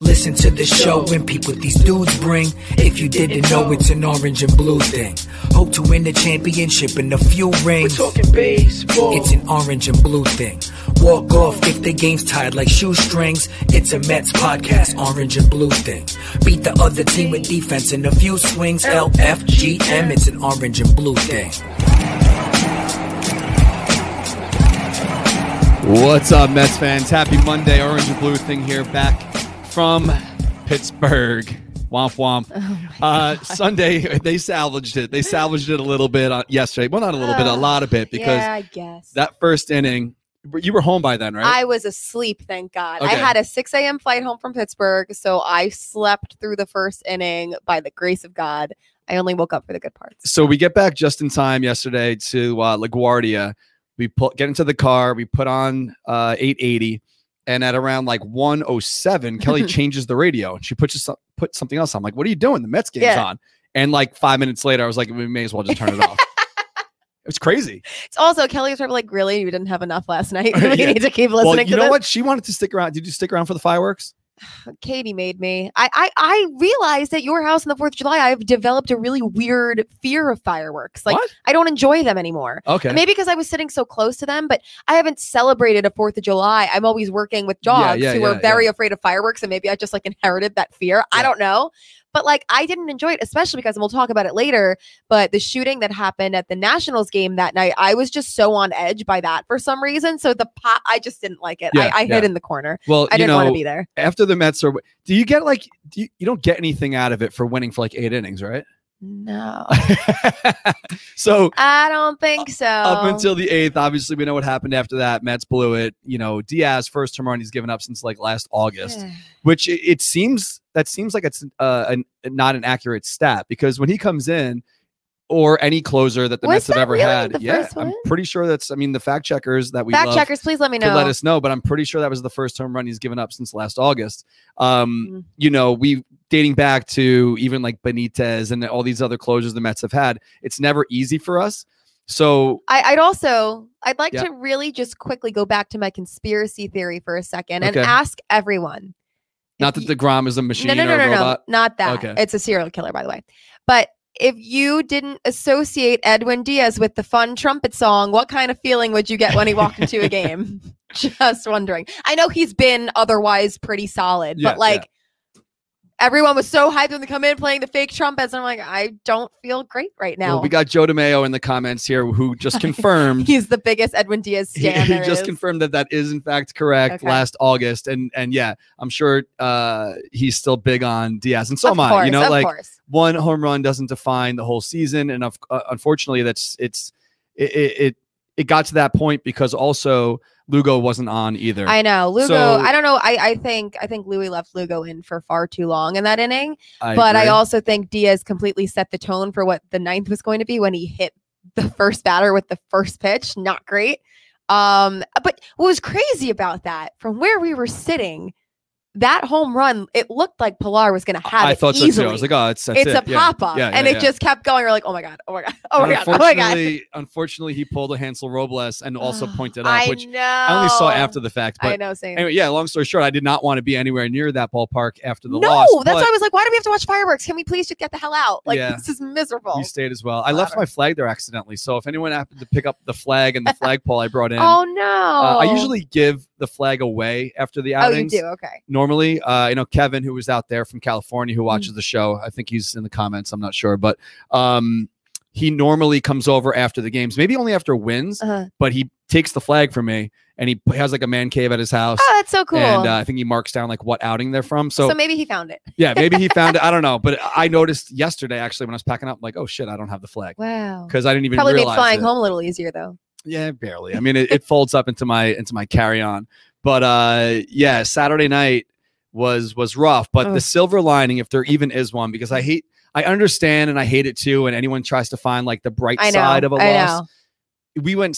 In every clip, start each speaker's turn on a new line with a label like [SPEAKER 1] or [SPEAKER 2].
[SPEAKER 1] listen to the show and peep what these dudes bring. If you didn't know, it's an orange and blue thing. Hope to win the championship in a few rings.
[SPEAKER 2] Talking baseball.
[SPEAKER 1] It's an orange and blue thing. Walk off if the game's tied like shoestrings. It's a Mets podcast, orange and blue thing. Beat the other team with defense in a few swings. LFGM, it's an orange and blue thing.
[SPEAKER 3] What's up, Mets fans? Happy Monday. Orange and Blue thing here, back from Pittsburgh. Womp womp.
[SPEAKER 4] Oh
[SPEAKER 3] uh, Sunday, they salvaged it. They salvaged it a little bit on, yesterday. Well, not a little bit, a
[SPEAKER 4] Oh,
[SPEAKER 3] lot of bit, because
[SPEAKER 4] yeah, I guess
[SPEAKER 3] that first inning, you were home by then, right?
[SPEAKER 4] I was asleep. Thank God. I
[SPEAKER 3] Okay.
[SPEAKER 4] had a 6 a.m. flight home from Pittsburgh, so I slept through the first inning by the grace of God. I only woke up for the good parts.
[SPEAKER 3] so we get back just in time yesterday to uh, LaGuardia. We pull, get into the car, we put on uh, 880, and at around like 107, Kelly changes the radio and she puts us, put something else on. I'm like, what are you doing? The Mets game's
[SPEAKER 4] Yeah.
[SPEAKER 3] on. And like five minutes later, I was like, we may as well just turn it off. It's crazy.
[SPEAKER 4] It's also Kelly was probably like, "Really, you didn't have enough last night. Really,
[SPEAKER 3] Yeah.
[SPEAKER 4] you need to keep listening
[SPEAKER 3] Well, you
[SPEAKER 4] to
[SPEAKER 3] know
[SPEAKER 4] this."
[SPEAKER 3] what? She wanted to stick around. Did you stick around for the fireworks?
[SPEAKER 4] Katie made me. I, I I realized at your house on the Fourth of July, I've developed a really weird fear of fireworks. Like
[SPEAKER 3] What?
[SPEAKER 4] I don't enjoy them anymore.
[SPEAKER 3] Okay.
[SPEAKER 4] Maybe because I was sitting so close to them, but I haven't celebrated a Fourth of July. I'm always working with
[SPEAKER 3] Yeah,
[SPEAKER 4] dogs
[SPEAKER 3] yeah,
[SPEAKER 4] who
[SPEAKER 3] yeah,
[SPEAKER 4] are very afraid of fireworks, and maybe I just like inherited that fear.
[SPEAKER 3] Yeah.
[SPEAKER 4] I don't know. But like I didn't enjoy it, especially because and we'll talk about it later. But the shooting that happened at the Nationals game that night, I was just so on edge by that for some reason. So the pot, I just didn't like it.
[SPEAKER 3] Yeah,
[SPEAKER 4] I, I
[SPEAKER 3] yeah.
[SPEAKER 4] hid in the corner.
[SPEAKER 3] well,
[SPEAKER 4] I
[SPEAKER 3] you
[SPEAKER 4] didn't want
[SPEAKER 3] know,
[SPEAKER 4] to be there.
[SPEAKER 3] after the Mets are, do you get like, do you, you don't get anything out of it for winning for like eight innings, right?
[SPEAKER 4] No,
[SPEAKER 3] so
[SPEAKER 4] I don't think so.
[SPEAKER 3] up until the eighth, obviously we know what happened after that. Mets blew it. You know, Diaz first home run he's given up since like last August, which it, it seems that seems like it's uh, an, not an accurate stat because when he comes in. Or any closer that the
[SPEAKER 4] Was
[SPEAKER 3] Mets have
[SPEAKER 4] that
[SPEAKER 3] ever
[SPEAKER 4] really
[SPEAKER 3] had.
[SPEAKER 4] the
[SPEAKER 3] yeah,
[SPEAKER 4] first
[SPEAKER 3] I'm
[SPEAKER 4] one?
[SPEAKER 3] pretty sure that's. I mean, the fact checkers that we
[SPEAKER 4] Fact
[SPEAKER 3] love
[SPEAKER 4] checkers, please let me
[SPEAKER 3] could
[SPEAKER 4] know.
[SPEAKER 3] let us know, but I'm pretty sure that was the first home run he's given up since last August. Um,
[SPEAKER 4] Mm.
[SPEAKER 3] You know, we dating back to even like Benitez and all these other closures the Mets have had. It's never easy for us. So
[SPEAKER 4] I, I'd also I'd like
[SPEAKER 3] Yeah.
[SPEAKER 4] to really just quickly go back to my conspiracy theory for a second and
[SPEAKER 3] Okay.
[SPEAKER 4] ask everyone. if
[SPEAKER 3] not that
[SPEAKER 4] y-
[SPEAKER 3] the Grom is a machine
[SPEAKER 4] no, no,
[SPEAKER 3] or
[SPEAKER 4] no,
[SPEAKER 3] a
[SPEAKER 4] no, no,
[SPEAKER 3] robot.
[SPEAKER 4] not that.
[SPEAKER 3] Okay.
[SPEAKER 4] It's a serial killer, by the way. But if you didn't associate Edwin Diaz with the fun trumpet song, what kind of feeling would you get when he walked into a game? Just wondering. I know he's been otherwise pretty solid,
[SPEAKER 3] Yeah, yeah.
[SPEAKER 4] but like everyone was so hyped when they come in playing the fake trumpets, and I'm like, I don't feel great right now.
[SPEAKER 3] Well, we got Joe DeMeo in the comments here who just confirmed
[SPEAKER 4] he's the biggest Edwin Diaz
[SPEAKER 3] he,
[SPEAKER 4] stan.
[SPEAKER 3] he
[SPEAKER 4] there
[SPEAKER 3] just
[SPEAKER 4] is.
[SPEAKER 3] confirmed that that is in fact correct
[SPEAKER 4] Okay.
[SPEAKER 3] last August. And and yeah, I'm sure uh he's still big on Diaz. And so
[SPEAKER 4] of
[SPEAKER 3] am
[SPEAKER 4] course,
[SPEAKER 3] I. You know,
[SPEAKER 4] of
[SPEAKER 3] like
[SPEAKER 4] course.
[SPEAKER 3] one home run doesn't define the whole season, and of, uh, unfortunately, that's it's it, it it- it got to that point because also Lugo wasn't on either.
[SPEAKER 4] I know Lugo.
[SPEAKER 3] So-
[SPEAKER 4] I don't know. I, I think I think Louis left Lugo in for far too long in that inning.
[SPEAKER 3] I
[SPEAKER 4] but I
[SPEAKER 3] agree.
[SPEAKER 4] also think Diaz completely set the tone for what the ninth was going to be when he hit the first batter with the first pitch. Not great. Um, but what was crazy about that, from where we were sitting, that home run, it looked like Pilar was going to have
[SPEAKER 3] I
[SPEAKER 4] it
[SPEAKER 3] thought
[SPEAKER 4] easily.
[SPEAKER 3] so too. I was like, oh, it's that's it.
[SPEAKER 4] it's a
[SPEAKER 3] Yeah.
[SPEAKER 4] pop up,
[SPEAKER 3] Yeah,
[SPEAKER 4] and
[SPEAKER 3] yeah,
[SPEAKER 4] it
[SPEAKER 3] yeah.
[SPEAKER 4] just kept going. We're like, oh my god, oh my god, oh my
[SPEAKER 3] And
[SPEAKER 4] god, oh my god.
[SPEAKER 3] Unfortunately, unfortunately, he pulled a Hansel Robles and also pointed out,
[SPEAKER 4] I
[SPEAKER 3] which
[SPEAKER 4] know.
[SPEAKER 3] I only saw after the fact.
[SPEAKER 4] I
[SPEAKER 3] But
[SPEAKER 4] know, same.
[SPEAKER 3] anyway, yeah. Long story short, I did not want to be anywhere near that ballpark after the
[SPEAKER 4] no,
[SPEAKER 3] loss.
[SPEAKER 4] that's
[SPEAKER 3] but-
[SPEAKER 4] why I was like, why do we have to watch fireworks? Can we please just get the hell out? Like
[SPEAKER 3] Yeah.
[SPEAKER 4] this is miserable.
[SPEAKER 3] You stayed as well. I left my flag there accidentally. So if anyone happened to pick up the flag and the flagpole I brought in,
[SPEAKER 4] Oh no.
[SPEAKER 3] uh, I usually give the flag away after the
[SPEAKER 4] Oh,
[SPEAKER 3] outings.
[SPEAKER 4] you do. Okay.
[SPEAKER 3] normally uh you know kevin who was out there from california who
[SPEAKER 4] Mm-hmm.
[SPEAKER 3] watches the show i think he's in the comments i'm not sure but um he normally comes over after the games maybe only after wins
[SPEAKER 4] Uh-huh.
[SPEAKER 3] but he takes the flag from me and he has like a man cave at his house
[SPEAKER 4] Oh, that's so cool.
[SPEAKER 3] and uh, i think he marks down like what outing they're from so,
[SPEAKER 4] so, maybe he found it.
[SPEAKER 3] yeah maybe he found it i don't know but i noticed yesterday actually when i was packing up like oh shit i don't have the flag
[SPEAKER 4] Wow.
[SPEAKER 3] because i didn't even
[SPEAKER 4] Probably made
[SPEAKER 3] realize
[SPEAKER 4] flying
[SPEAKER 3] it.
[SPEAKER 4] home a little easier though.
[SPEAKER 3] Yeah, barely. I mean, it, it folds up into my into my carry on. But uh, yeah, Saturday night was was rough. But the
[SPEAKER 4] Ugh.
[SPEAKER 3] silver lining, if there even is one, because I hate, I understand, and I hate it too. And anyone tries to find like the bright
[SPEAKER 4] I know.
[SPEAKER 3] side of a
[SPEAKER 4] I
[SPEAKER 3] loss. We went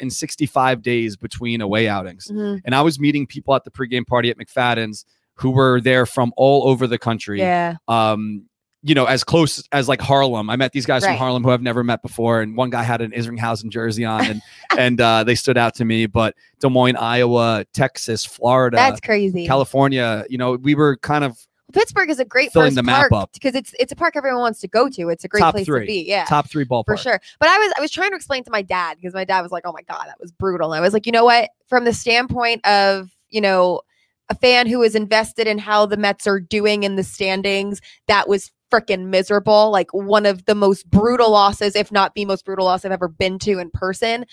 [SPEAKER 3] 665 days between away outings,
[SPEAKER 4] know. Mhm.
[SPEAKER 3] and I was meeting people at the pregame party at McFadden's who were there from all over the country.
[SPEAKER 4] Yeah.
[SPEAKER 3] Um, you know, as close as like Harlem. I met these guys from
[SPEAKER 4] Right.
[SPEAKER 3] Harlem who I've never met before, and one guy had an Isringhausen jersey on, and and uh, they stood out to me. But Des Moines, Iowa, Texas, Florida,
[SPEAKER 4] That's crazy.
[SPEAKER 3] California, you know, we were kind of
[SPEAKER 4] Pittsburgh is a great
[SPEAKER 3] Filling
[SPEAKER 4] first
[SPEAKER 3] the map
[SPEAKER 4] park
[SPEAKER 3] up.
[SPEAKER 4] because it's it's a park everyone wants to go to. It's a great
[SPEAKER 3] Top
[SPEAKER 4] place
[SPEAKER 3] three.
[SPEAKER 4] to be. Yeah.
[SPEAKER 3] top three ballpark.
[SPEAKER 4] for sure. But I was I was trying to explain to my dad because my dad was like, "Oh my god, that was brutal." And I was like, "You know what? From the standpoint of you know a fan who is invested in how the Mets are doing in the standings, that was freaking miserable. Like one of the most brutal losses, if not the most brutal loss I've ever been to in person.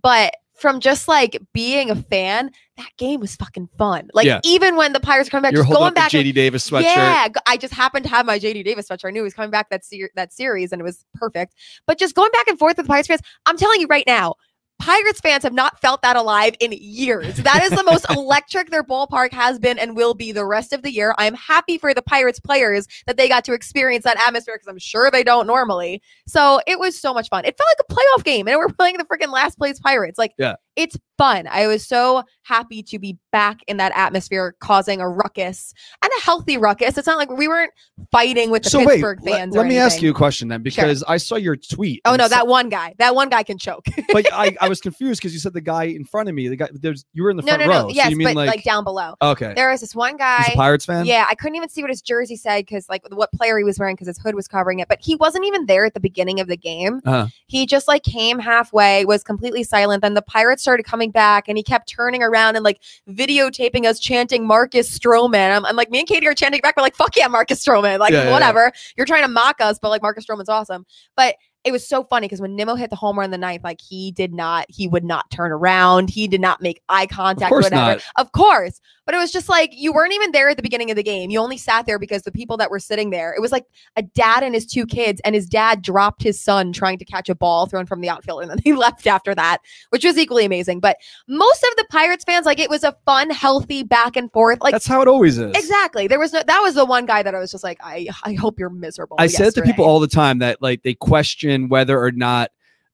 [SPEAKER 4] But from just like being a fan, that game was fucking fun. Like
[SPEAKER 3] Yeah.
[SPEAKER 4] even when the Pirates come back,
[SPEAKER 3] You're
[SPEAKER 4] just
[SPEAKER 3] holding
[SPEAKER 4] going
[SPEAKER 3] up the
[SPEAKER 4] back and
[SPEAKER 3] JD Davis sweatshirt.
[SPEAKER 4] yeah, g- I just happened to have my JD Davis sweatshirt. I knew he was coming back that ser- that series, and it was perfect. But just going back and forth with Pirates fans, I'm telling you right now, Pirates fans have not felt that alive in years. That is the most electric their ballpark has been and will be the rest of the year. I am happy for the Pirates players that they got to experience that atmosphere because I'm sure they don't normally. So it was so much fun. It felt like a playoff game, and we're playing the freaking last place Pirates. Like,
[SPEAKER 3] Yeah.
[SPEAKER 4] it's fun. I was so happy to be back in that atmosphere, causing a ruckus and a healthy ruckus. It's not like we weren't fighting with the
[SPEAKER 3] So wait,
[SPEAKER 4] Pittsburgh
[SPEAKER 3] let-
[SPEAKER 4] fans.
[SPEAKER 3] let
[SPEAKER 4] or
[SPEAKER 3] me ask
[SPEAKER 4] anything.
[SPEAKER 3] you a question then,
[SPEAKER 4] Sure.
[SPEAKER 3] because I saw your tweet.
[SPEAKER 4] Oh
[SPEAKER 3] and
[SPEAKER 4] no,
[SPEAKER 3] so-
[SPEAKER 4] that one guy. That one guy can choke.
[SPEAKER 3] but I, I was confused because you said the guy in front of me, the guy, there's you were in the
[SPEAKER 4] no,
[SPEAKER 3] front
[SPEAKER 4] no,
[SPEAKER 3] row.
[SPEAKER 4] no.
[SPEAKER 3] so
[SPEAKER 4] Yes,
[SPEAKER 3] you mean
[SPEAKER 4] but like,
[SPEAKER 3] like,
[SPEAKER 4] down below.
[SPEAKER 3] okay,
[SPEAKER 4] There was this one
[SPEAKER 3] he's a
[SPEAKER 4] guy.
[SPEAKER 3] Pirates fan.
[SPEAKER 4] Yeah, I couldn't even see what his jersey said because like what player he was wearing because his hood was covering it. But he wasn't even there at the beginning of the game.
[SPEAKER 3] Uh-huh.
[SPEAKER 4] He just like came halfway, was completely silent. Then the Pirates started coming back, and he kept turning around and like videotaping us chanting Marcus Stroman. I'm, I'm like, me and Katie are chanting back. We're like, fuck yeah, Marcus Stroman. Like
[SPEAKER 3] Yeah, yeah, yeah.
[SPEAKER 4] whatever. You're trying to mock us, but like Marcus Stroman's awesome. But it was so funny because when Nimmo hit the home run in the ninth, like he did not, he would not turn around. He did not make eye
[SPEAKER 3] of
[SPEAKER 4] contact. or
[SPEAKER 3] course
[SPEAKER 4] whatever.
[SPEAKER 3] not.
[SPEAKER 4] Of course. But it was just like you weren't even there at the beginning of the game. You only sat there because the people that were sitting there, it was like a dad and his two kids, and his dad dropped his son trying to catch a ball thrown from the outfield. And then he left after that, which was equally amazing. But most of the Pirates fans, like it was a fun, healthy back and forth. Like
[SPEAKER 3] That's how it always is.
[SPEAKER 4] exactly. There was no that was the one guy that I was just like, I I hope you're miserable.
[SPEAKER 3] I say that to people
[SPEAKER 4] yesterday.
[SPEAKER 3] all the time that like they question whether or not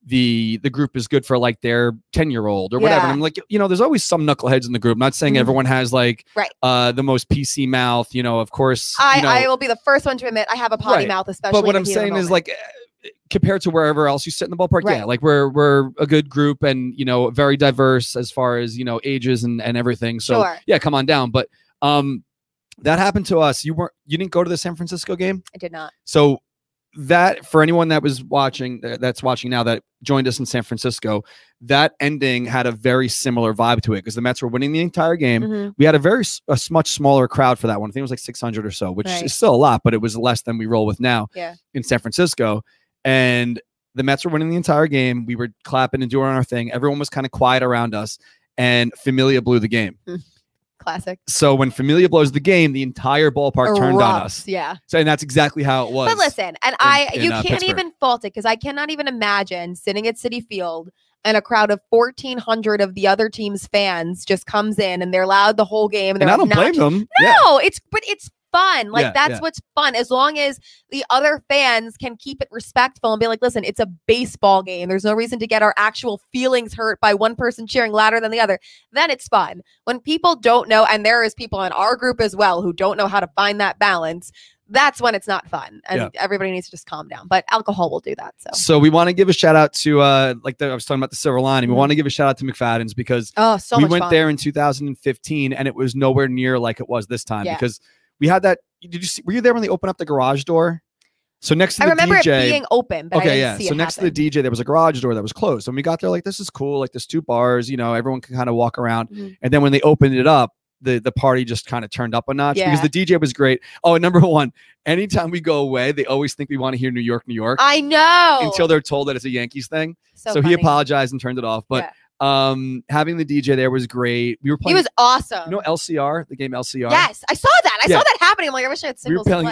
[SPEAKER 3] the the group is good for like their 10 year old or whatever.
[SPEAKER 4] Yeah.
[SPEAKER 3] And I'm like, you know, there's always some knuckleheads in the group. I'm not saying
[SPEAKER 4] Mhm.
[SPEAKER 3] everyone has like
[SPEAKER 4] Right.
[SPEAKER 3] uh the most PC mouth, you know, of course.
[SPEAKER 4] I,
[SPEAKER 3] you know,
[SPEAKER 4] I will be the first one to admit I have a potty
[SPEAKER 3] Right.
[SPEAKER 4] mouth, especially.
[SPEAKER 3] but what
[SPEAKER 4] in
[SPEAKER 3] I'm
[SPEAKER 4] the heat of the
[SPEAKER 3] saying is
[SPEAKER 4] moment.
[SPEAKER 3] like eh, compared to wherever else you sit in the ballpark, yeah,
[SPEAKER 4] Right.
[SPEAKER 3] like we're we're a good group and you know, very diverse as far as, you know, ages and, and everything. So
[SPEAKER 4] Sure.
[SPEAKER 3] yeah, come on down. But um that happened to us. You weren't you didn't go to the San Francisco game?
[SPEAKER 4] I did not.
[SPEAKER 3] So that for anyone that was watching uh, that's watching now that joined us in San Francisco, that ending had a very similar vibe to it because the Mets were winning the entire game.
[SPEAKER 4] Mhm.
[SPEAKER 3] We had a very s- a s- much smaller crowd for that one. I think it was like 600 or so, which
[SPEAKER 4] Right.
[SPEAKER 3] is still a lot, but it was less than we roll with now
[SPEAKER 4] Yeah.
[SPEAKER 3] in San Francisco. And the Mets were winning the entire game. We were clapping and doing our thing. Everyone was kind of quiet around us, and Familia blew the game.
[SPEAKER 4] Classic.
[SPEAKER 3] So when Familia blows the game, the entire ballpark turned on us.
[SPEAKER 4] Erupts, Yeah.
[SPEAKER 3] So and that's exactly how it was.
[SPEAKER 4] But listen, and I
[SPEAKER 3] in,
[SPEAKER 4] you
[SPEAKER 3] uh,
[SPEAKER 4] can't
[SPEAKER 3] Pittsburgh.
[SPEAKER 4] even fault it because I cannot even imagine sitting at City Field and a crowd of fourteen hundred of the other team's fans just comes in and they're loud the whole game and
[SPEAKER 3] and
[SPEAKER 4] they're
[SPEAKER 3] I don't blame
[SPEAKER 4] obnoxious.
[SPEAKER 3] them. Yeah.
[SPEAKER 4] No, it's but it's fun. Like
[SPEAKER 3] Yeah,
[SPEAKER 4] that's
[SPEAKER 3] yeah.
[SPEAKER 4] what's fun. As long as the other fans can keep it respectful and be like, listen, it's a baseball game. There's no reason to get our actual feelings hurt by one person cheering louder than the other. Then it's fun. When people don't know, and there is people in our group as well who don't know how to find that balance. That's when it's not fun, and
[SPEAKER 3] Yeah.
[SPEAKER 4] everybody needs to just calm down. But alcohol will do that. So,
[SPEAKER 3] So we want to give a shout out to uh like the, I was talking about the silver lining.
[SPEAKER 4] Mhm.
[SPEAKER 3] We want to give a shout out to McFadden's because
[SPEAKER 4] oh, so
[SPEAKER 3] we
[SPEAKER 4] much
[SPEAKER 3] went
[SPEAKER 4] fun.
[SPEAKER 3] there in 2015 and it was nowhere near like it was this time
[SPEAKER 4] Yeah.
[SPEAKER 3] because we had that. Did you see? Were you there when they opened up the garage door? So next to
[SPEAKER 4] I
[SPEAKER 3] the
[SPEAKER 4] remember
[SPEAKER 3] DJ,
[SPEAKER 4] it being open, but I
[SPEAKER 3] okay,
[SPEAKER 4] didn't
[SPEAKER 3] yeah.
[SPEAKER 4] see
[SPEAKER 3] So
[SPEAKER 4] it
[SPEAKER 3] next
[SPEAKER 4] happen.
[SPEAKER 3] to the DJ, there was a garage door that was closed, and we got there like this is cool. Like there's two bars, you know, everyone can kind of walk around.
[SPEAKER 4] Mhm.
[SPEAKER 3] And then when they opened it up. The, the party just kind of turned up a notch
[SPEAKER 4] Yeah.
[SPEAKER 3] because the DJ was great. Oh, and number one, anytime we go away, they always think we want to hear New York, New York
[SPEAKER 4] I know.
[SPEAKER 3] until they're told that it's a Yankees thing so, he
[SPEAKER 4] funny.
[SPEAKER 3] apologized and turned it off. But um, having the DJ there was great. We were
[SPEAKER 4] He
[SPEAKER 3] playing,
[SPEAKER 4] was awesome.
[SPEAKER 3] you know, LCR, the game LCR.
[SPEAKER 4] Yes, I saw that. I
[SPEAKER 3] Yeah.
[SPEAKER 4] saw that happening. I'm like, I wish I had
[SPEAKER 3] we were
[SPEAKER 4] singles. to
[SPEAKER 3] playing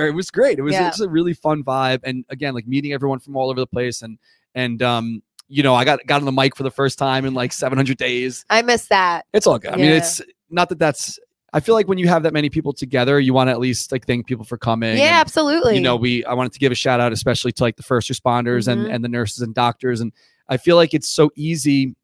[SPEAKER 4] play.
[SPEAKER 3] LCR. It was great. It was,
[SPEAKER 4] Yeah.
[SPEAKER 3] it was a really fun vibe, and again, like meeting everyone from all over the place, and and um, you know, I got got on the mic for the first time in like 700 days.
[SPEAKER 4] I miss that.
[SPEAKER 3] It's all good. I mean,
[SPEAKER 4] Yeah.
[SPEAKER 3] it's not that that's. I feel like when you have that many people together, you want to at least like thank people for coming.
[SPEAKER 4] yeah,
[SPEAKER 3] and-
[SPEAKER 4] absolutely.
[SPEAKER 3] you know we i wanted to give a shout out especially to like the first responders
[SPEAKER 4] Mhm.
[SPEAKER 3] and and the nurses and doctors and i feel like it's so easy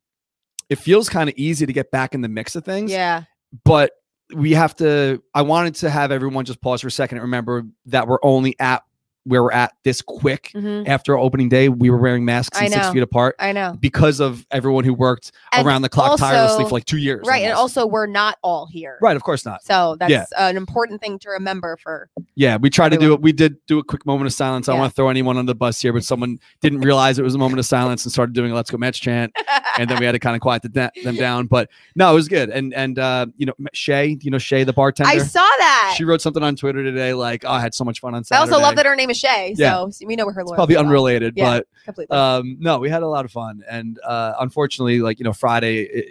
[SPEAKER 3] it feels kind of easy to get back in the mix of things
[SPEAKER 4] yeah,
[SPEAKER 3] but we have to i wanted to have everyone just pause for a second and remember that we're only at where we're at this quick
[SPEAKER 4] Mhm.
[SPEAKER 3] after opening day we were wearing masks
[SPEAKER 4] I
[SPEAKER 3] and six
[SPEAKER 4] know.
[SPEAKER 3] feet apart
[SPEAKER 4] I know.
[SPEAKER 3] because of everyone who worked
[SPEAKER 4] And
[SPEAKER 3] around the clock
[SPEAKER 4] also-
[SPEAKER 3] tirelessly for like two years
[SPEAKER 4] Right. And
[SPEAKER 3] almost.
[SPEAKER 4] also, we're not all here.
[SPEAKER 3] right of course not
[SPEAKER 4] So that's
[SPEAKER 3] Yeah.
[SPEAKER 4] an important thing to remember for.
[SPEAKER 3] yeah we tried to do
[SPEAKER 4] Everyone.
[SPEAKER 3] it we did do a quick moment of silence i don't
[SPEAKER 4] Yeah.
[SPEAKER 3] want to throw anyone under the bus here but someone didn't realize it was a moment of silence and started doing a let's go match chant and then we had to kind of quiet the, da- them down but no it was good and and uh you know shay you know shay the bartender
[SPEAKER 4] I saw that.
[SPEAKER 3] she wrote something on Twitter today, like, "Oh, I had so much fun on
[SPEAKER 4] I
[SPEAKER 3] Saturday."
[SPEAKER 4] also love that her name is Shay.
[SPEAKER 3] Yeah.
[SPEAKER 4] So we know where her
[SPEAKER 3] It's
[SPEAKER 4] Laura
[SPEAKER 3] probably
[SPEAKER 4] is from.
[SPEAKER 3] unrelated,
[SPEAKER 4] Yeah.
[SPEAKER 3] but
[SPEAKER 4] Completely.
[SPEAKER 3] um, no, we had a lot of fun, and uh, unfortunately, like you know, Friday, it,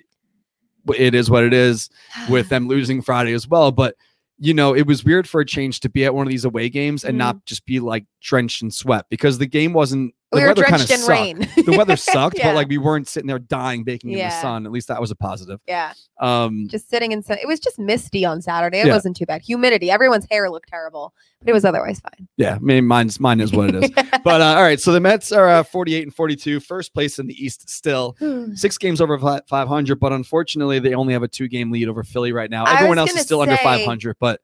[SPEAKER 3] it is what it is with them losing Friday as well. But you know, it was weird for a change to be at one of these away games and
[SPEAKER 4] Mhm.
[SPEAKER 3] not just be like drenched in sweat because the game wasn't. The
[SPEAKER 4] we were
[SPEAKER 3] weather kind of
[SPEAKER 4] drenched in
[SPEAKER 3] sucked.
[SPEAKER 4] rain.
[SPEAKER 3] The weather sucked,
[SPEAKER 4] Yeah.
[SPEAKER 3] but like we weren't sitting there dying, baking in the
[SPEAKER 4] Yeah.
[SPEAKER 3] sun. At least that was a positive.
[SPEAKER 4] yeah.
[SPEAKER 3] Um,
[SPEAKER 4] Just sitting in sun. It was just misty on Saturday. It
[SPEAKER 3] Yeah.
[SPEAKER 4] wasn't too bad. Humidity. Everyone's hair looked terrible, but it was otherwise fine.
[SPEAKER 3] yeah, I mean, mine's mine is what it is. but uh, all right, so the Mets are uh, 48 and 42, first place in the East still.
[SPEAKER 4] Hmm.
[SPEAKER 3] Six games over fi- 500, but unfortunately, they only have a two game lead over Philly right now.
[SPEAKER 4] I
[SPEAKER 3] Everyone
[SPEAKER 4] was
[SPEAKER 3] else is
[SPEAKER 4] gonna
[SPEAKER 3] still under
[SPEAKER 4] say-
[SPEAKER 3] 500, but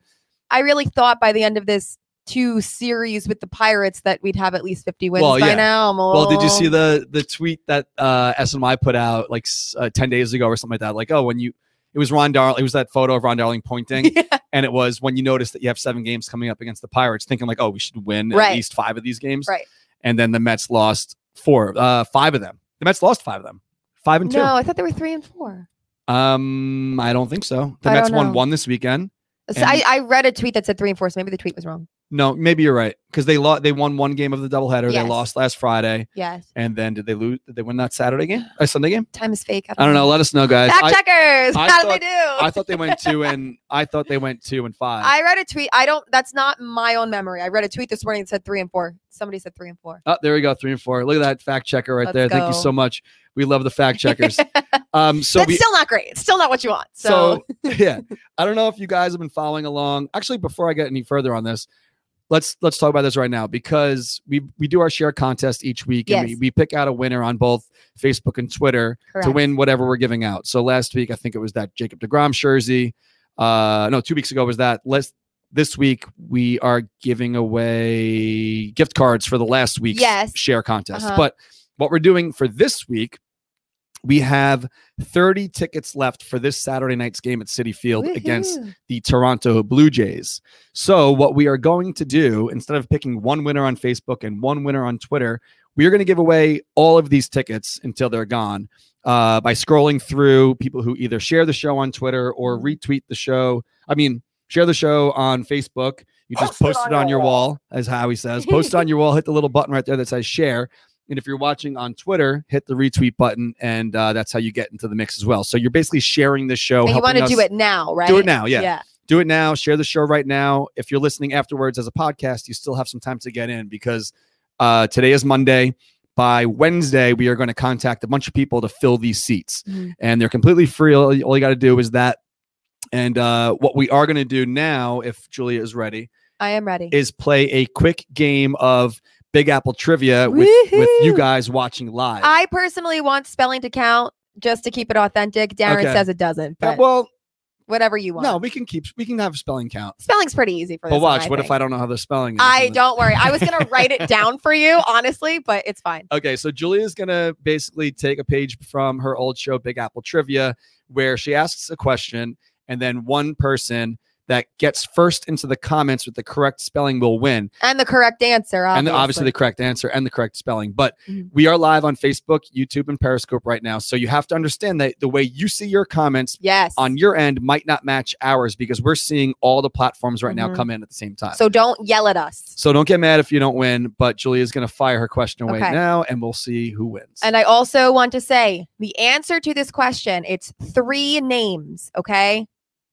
[SPEAKER 4] I really thought by the end of this two series with the Pirates that we'd have at least 50 wins
[SPEAKER 3] Well,
[SPEAKER 4] by
[SPEAKER 3] yeah.
[SPEAKER 4] now. I'm
[SPEAKER 3] well, did you see
[SPEAKER 4] all-
[SPEAKER 3] the the tweet that uh, SNY put out like s- uh, 10 days ago or something like that? Like, oh, when you it was Ron Darling, it was that photo of Ron Darling pointing,
[SPEAKER 4] Yeah.
[SPEAKER 3] and it was when you notice that you have seven games coming up against the Pirates, thinking like, oh, we should win at
[SPEAKER 4] Right.
[SPEAKER 3] least five of these games,
[SPEAKER 4] Right.
[SPEAKER 3] And then the Mets lost four, uh, five of them. The Mets lost five of them, five and two.
[SPEAKER 4] No, I thought there were three and four.
[SPEAKER 3] Um, I don't think so. The
[SPEAKER 4] I
[SPEAKER 3] Mets
[SPEAKER 4] don't
[SPEAKER 3] won
[SPEAKER 4] know.
[SPEAKER 3] one this weekend.
[SPEAKER 4] So
[SPEAKER 3] And-
[SPEAKER 4] I, I read a tweet that said three and four, so maybe the tweet was wrong.
[SPEAKER 3] No, maybe you're right because they lost. They won one game of the doubleheader. They
[SPEAKER 4] Yes.
[SPEAKER 3] lost last Friday,
[SPEAKER 4] Yes.
[SPEAKER 3] and then did they lose? Did they win that Saturday game or Sunday game?
[SPEAKER 4] Time is fake.
[SPEAKER 3] I don't know. Let us know, guys.
[SPEAKER 4] Fact
[SPEAKER 3] I,
[SPEAKER 4] checkers.
[SPEAKER 3] I
[SPEAKER 4] How did they do?
[SPEAKER 3] I thought they went two and I thought they went two and five.
[SPEAKER 4] I read a tweet. I don't. That's not my own memory. I read a tweet this morning that said three and four. Somebody said three and four.
[SPEAKER 3] oh, there we go, three and four. Look at that fact checker right
[SPEAKER 4] Let's
[SPEAKER 3] there. Thank you
[SPEAKER 4] go.
[SPEAKER 3] so much. We love the fact checkers. um, so
[SPEAKER 4] that's
[SPEAKER 3] we.
[SPEAKER 4] still not great. It's still not what you want. So,
[SPEAKER 3] So, yeah, I don't know if you guys have been following along. Actually, before I get any further on this, let's let's talk about this right now because we we do our share contest each week and we,
[SPEAKER 4] Yes.
[SPEAKER 3] we pick out a winner on both Facebook and Twitter
[SPEAKER 4] correct.
[SPEAKER 3] to win whatever we're giving out. So last week I think it was that Jacob Degrom jersey. Uh, no, two weeks ago was that. Let's this week we are giving away gift cards for the last week's
[SPEAKER 4] Yes.
[SPEAKER 3] share contest.
[SPEAKER 4] Uh-huh.
[SPEAKER 3] But what we're doing for this week, we have 30 tickets left for this Saturday night's game at City Field against
[SPEAKER 4] Woohoo.
[SPEAKER 3] the Toronto Blue Jays. So, what we are going to do, instead of picking one winner on Facebook and one winner on Twitter, we are going to give away all of these tickets until they're gone uh, by scrolling through people who either share the show on Twitter or retweet the show. I mean, share the show on Facebook. You just post, it on, your wall. as Howie says. Post it on your wall. Hit the little button right there that says share. And if you're watching on Twitter, hit the retweet button, and uh, that's how you get into the mix as well. So you're basically sharing the show.
[SPEAKER 4] and you want
[SPEAKER 3] helping
[SPEAKER 4] to do
[SPEAKER 3] us
[SPEAKER 4] it now, right?
[SPEAKER 3] Do it now, yeah
[SPEAKER 4] Yeah.
[SPEAKER 3] do it now. Share the show right now. If you're listening afterwards as a podcast, you still have some time to get in because uh, today is Monday. By Wednesday, we are going to contact a bunch of people to fill these seats,
[SPEAKER 4] Mhm.
[SPEAKER 3] and they're completely free. All all you got to do is that. And uh, what we are going to do now, if Julia is ready,
[SPEAKER 4] I am ready.
[SPEAKER 3] is play a quick game of Big Apple trivia with, with you
[SPEAKER 4] Woohoo!
[SPEAKER 3] guys watching live.
[SPEAKER 4] I personally want spelling to count just to keep it authentic. Darren
[SPEAKER 3] Okay.
[SPEAKER 4] says it doesn't,
[SPEAKER 3] Uh,
[SPEAKER 4] but
[SPEAKER 3] well,
[SPEAKER 4] whatever you want.
[SPEAKER 3] no, we can keep we can have spelling count.
[SPEAKER 4] Spelling's pretty easy for this.
[SPEAKER 3] But
[SPEAKER 4] one,
[SPEAKER 3] watch, what if
[SPEAKER 4] think.
[SPEAKER 3] I don't know how the spelling is?
[SPEAKER 4] I
[SPEAKER 3] And then-
[SPEAKER 4] don't worry. I was gonna write it down for you, honestly, but it's fine.
[SPEAKER 3] Okay, so Julia's gonna basically take a page from her old show, Big Apple Trivia, where she asks a question, and then one person that gets first into the comments with the correct spelling will win,
[SPEAKER 4] And the correct answer, obviously.
[SPEAKER 3] and obviously the correct answer and the correct spelling. But
[SPEAKER 4] Mhm.
[SPEAKER 3] we are live on Facebook, YouTube, and Periscope right now, so you have to understand that the way you see your comments
[SPEAKER 4] yes.
[SPEAKER 3] on your end might not match ours because we're seeing all the platforms right now
[SPEAKER 4] Mhm.
[SPEAKER 3] come in at the same time.
[SPEAKER 4] so don't yell at us.
[SPEAKER 3] So don't get mad if you don't win, but Julia's gonna fire her question away
[SPEAKER 4] Okay.
[SPEAKER 3] now, and we'll see who wins.
[SPEAKER 4] And I also want to say the answer to this question, it's three names, okay?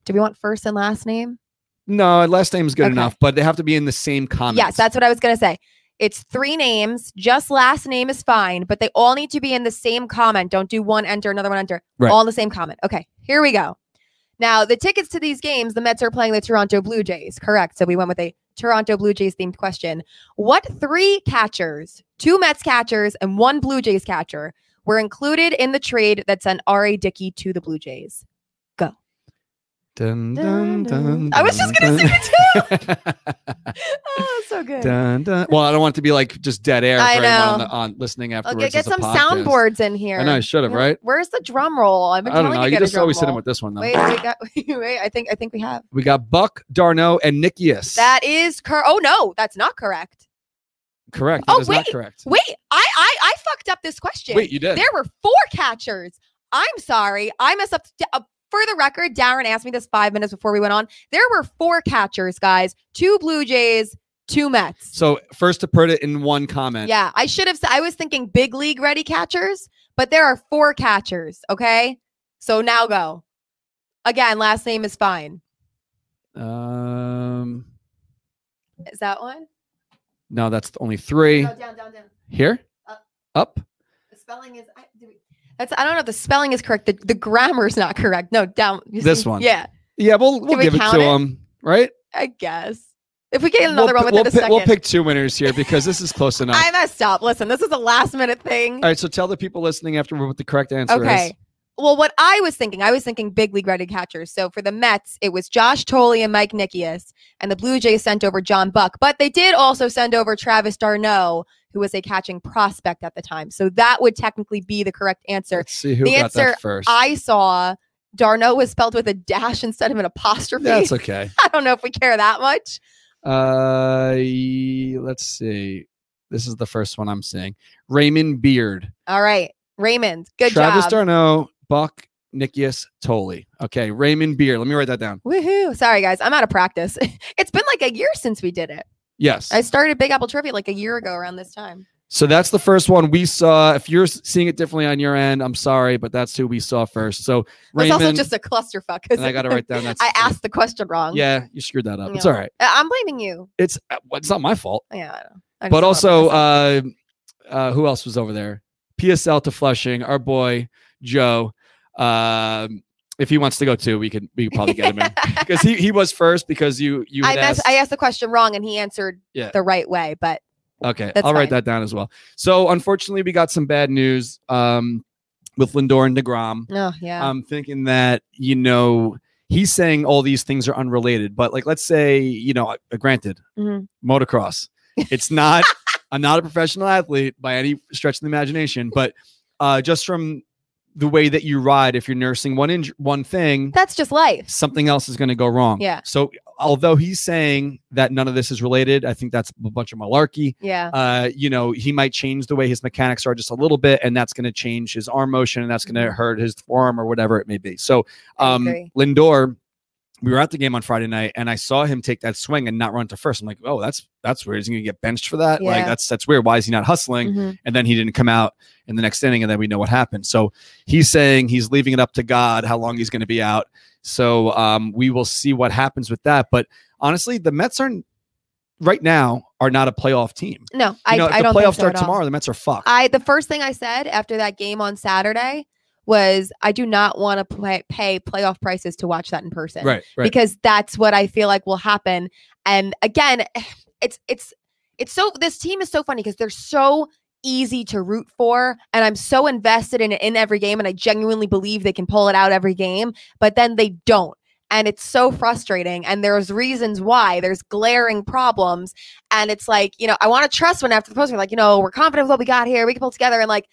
[SPEAKER 4] Do we want first and last name?
[SPEAKER 3] No, last name's good
[SPEAKER 4] Okay.
[SPEAKER 3] enough, but they have to be in the same comments.
[SPEAKER 4] Yes, that's what I was going to say. It's three names, just last name is fine, but they all need to be in the same comment. Don't do one enter, another one enter.
[SPEAKER 3] Right.
[SPEAKER 4] All in the same comment. Okay, here we go. Now, the tickets to these games, the Mets are playing the Toronto Blue Jays, correct? So we went with a Toronto Blue Jays themed question. What three catchers, two Mets catchers and one Blue Jays catcher, were included in the trade that sent R.A. Dickey to the Blue Jays?
[SPEAKER 3] Dun, dun,
[SPEAKER 4] Dun, dun.
[SPEAKER 3] dun,
[SPEAKER 4] I was just gonna
[SPEAKER 3] dun,
[SPEAKER 4] sing it
[SPEAKER 3] dun.
[SPEAKER 4] Oh, it's so good.
[SPEAKER 3] Dun, dun. Well, I don't want it to be like just dead air
[SPEAKER 4] I
[SPEAKER 3] for everyone on,
[SPEAKER 4] know.
[SPEAKER 3] the, on listening
[SPEAKER 4] Okay,
[SPEAKER 3] afterwards.
[SPEAKER 4] get
[SPEAKER 3] as a
[SPEAKER 4] some
[SPEAKER 3] podcast.
[SPEAKER 4] soundboards in here.
[SPEAKER 3] I know I should have, right?
[SPEAKER 4] Where's the drum roll? I've been
[SPEAKER 3] I don't
[SPEAKER 4] telling
[SPEAKER 3] know.
[SPEAKER 4] you,
[SPEAKER 3] You
[SPEAKER 4] get a
[SPEAKER 3] just
[SPEAKER 4] drum
[SPEAKER 3] always hit him
[SPEAKER 4] roll.
[SPEAKER 3] with this one though.
[SPEAKER 4] Wait, we got, wait, I think I think we have.
[SPEAKER 3] We got Buck, Darno, and Nikias.
[SPEAKER 4] That is cor- Oh no, that's not correct.
[SPEAKER 3] correct. That
[SPEAKER 4] Oh,
[SPEAKER 3] is not
[SPEAKER 4] wait.
[SPEAKER 3] correct.
[SPEAKER 4] Wait, I I, I fucked up this question.
[SPEAKER 3] Wait, you did.
[SPEAKER 4] There were four catchers. I'm sorry. I messed up. D- uh, for the record, Darren asked me this five minutes before we went on. There were four catchers, guys. Two Blue Jays, two Mets.
[SPEAKER 3] So first to put it in one comment.
[SPEAKER 4] Yeah, I should have. s- I was thinking big league ready catchers, but there are four catchers. Okay, so now go. Again, last name is fine.
[SPEAKER 3] Um.
[SPEAKER 4] Is that one?
[SPEAKER 3] No, that's only three.
[SPEAKER 4] No, down, down, down.
[SPEAKER 3] Here.
[SPEAKER 4] Up.
[SPEAKER 3] Up.
[SPEAKER 4] The spelling is. I, do we, that's. I don't know if the spelling is correct. The, the grammar's not correct. No, down. you
[SPEAKER 3] This
[SPEAKER 4] see-
[SPEAKER 3] one.
[SPEAKER 4] Yeah,
[SPEAKER 3] Yeah, we'll we'll
[SPEAKER 4] we
[SPEAKER 3] give it
[SPEAKER 4] count
[SPEAKER 3] to
[SPEAKER 4] it?
[SPEAKER 3] him, right?
[SPEAKER 4] I guess. If we get another
[SPEAKER 3] we'll,
[SPEAKER 4] one
[SPEAKER 3] pi-
[SPEAKER 4] within
[SPEAKER 3] we'll, pi-
[SPEAKER 4] a
[SPEAKER 3] we'll
[SPEAKER 4] 2nd
[SPEAKER 3] pick two winners here because this is close enough.
[SPEAKER 4] I messed up. Listen, this is a last minute thing.
[SPEAKER 3] All right, so tell the people listening after what the correct answer
[SPEAKER 4] okay.
[SPEAKER 3] is.
[SPEAKER 4] Well, what I was thinking, I was thinking big league ready catchers. So for the Mets, it was Josh Tolley and Mike Nikias, and the Blue Jays sent over John Buck, but they did also send over Travis Darno, who was a catching prospect at the time. So that would technically be the correct answer.
[SPEAKER 3] Let's see who
[SPEAKER 4] The
[SPEAKER 3] got
[SPEAKER 4] answer
[SPEAKER 3] that first.
[SPEAKER 4] I saw Darno was spelled with a dash instead of an apostrophe.
[SPEAKER 3] That's okay.
[SPEAKER 4] I don't know if we care that much.
[SPEAKER 3] Uh, y- let's see. This is the first one I'm seeing. Raymond Beard,
[SPEAKER 4] All right, Raymond, good
[SPEAKER 3] Travis
[SPEAKER 4] job.
[SPEAKER 3] Darno, Buck Nikias Tolley. Okay, Raymond Beard. Let me write that down.
[SPEAKER 4] Woohoo! Sorry, guys, I'm out of practice. it's been like a year since we did it.
[SPEAKER 3] Yes.
[SPEAKER 4] I started Big Apple Trivia like a year ago around this time.
[SPEAKER 3] so that's the first one we saw. If you're s- seeing it differently on your end, I'm sorry, but that's who we saw first. So
[SPEAKER 4] It's
[SPEAKER 3] Raymond,
[SPEAKER 4] also just a clusterfuck because
[SPEAKER 3] and I got to write down that's
[SPEAKER 4] I asked the question wrong.
[SPEAKER 3] Yeah, you screwed that up. It's
[SPEAKER 4] Yeah.
[SPEAKER 3] all right.
[SPEAKER 4] I- I'm blaming you.
[SPEAKER 3] It's uh, well, it's not my fault.
[SPEAKER 4] Yeah, I know. I
[SPEAKER 3] but
[SPEAKER 4] just don't
[SPEAKER 3] also,
[SPEAKER 4] know.
[SPEAKER 3] uh, uh, who else was over there? PSL to Flushing, our boy Joe. Um, if he wants to go too, we could we could probably uh, get him in because he, he was first because you you
[SPEAKER 4] I
[SPEAKER 3] had
[SPEAKER 4] mess-
[SPEAKER 3] asked.
[SPEAKER 4] I asked the question wrong and he answered
[SPEAKER 3] Yeah.
[SPEAKER 4] the right way, but
[SPEAKER 3] okay,
[SPEAKER 4] that's
[SPEAKER 3] I'll write
[SPEAKER 4] fine.
[SPEAKER 3] that down as well. So unfortunately, we got some bad news um, with Lindor and Degrom.
[SPEAKER 4] oh yeah.
[SPEAKER 3] I'm thinking that you know he's saying all these things are unrelated, but like let's say you know uh, granted
[SPEAKER 4] Mhm.
[SPEAKER 3] motocross. It's not. I'm not a professional athlete by any stretch of the imagination, but uh, just from the way that you ride, if you're nursing one inj- one thing,
[SPEAKER 4] That's just life.
[SPEAKER 3] something else is going to go wrong.
[SPEAKER 4] Yeah.
[SPEAKER 3] So although he's saying that none of this is related, I think that's a bunch of malarkey.
[SPEAKER 4] Yeah.
[SPEAKER 3] Uh, you know, he might change the way his mechanics are just a little bit, and that's going to change his arm motion, and that's going to
[SPEAKER 4] Mhm.
[SPEAKER 3] hurt his forearm or whatever it may be. So,
[SPEAKER 4] I
[SPEAKER 3] um,
[SPEAKER 4] agree.
[SPEAKER 3] Lindor, we were at the game on Friday night, and I saw him take that swing and not run to first. I'm like, oh, that's that's weird. Is he going to get benched for that?
[SPEAKER 4] Yeah.
[SPEAKER 3] Like, that's that's weird. Why is he not hustling?
[SPEAKER 4] Mhm.
[SPEAKER 3] And then he didn't come out in the next inning, and then we know what happened. So he's saying he's leaving it up to God how long he's going to be out. So um, we will see what happens with that. But honestly, the Mets aren't right now are not a playoff team.
[SPEAKER 4] No,
[SPEAKER 3] You
[SPEAKER 4] I,
[SPEAKER 3] know, if
[SPEAKER 4] I
[SPEAKER 3] the
[SPEAKER 4] don't
[SPEAKER 3] playoffs
[SPEAKER 4] think so
[SPEAKER 3] start
[SPEAKER 4] at all.
[SPEAKER 3] tomorrow, the Mets are fucked.
[SPEAKER 4] I the first thing I said after that game on Saturday was I do not want to play, pay playoff prices to watch that in person.
[SPEAKER 3] right, right.
[SPEAKER 4] because that's what I feel like will happen. And again, it's it's it's so this team is so funny because they're so easy to root for and I'm so invested in it in every game and I genuinely believe they can pull it out every game, but then they don't. And it's so frustrating and there's reasons why. There's glaring problems and it's like, you know, I want to trust when after the post like, you know, we're confident with what we got here. We can pull it together and like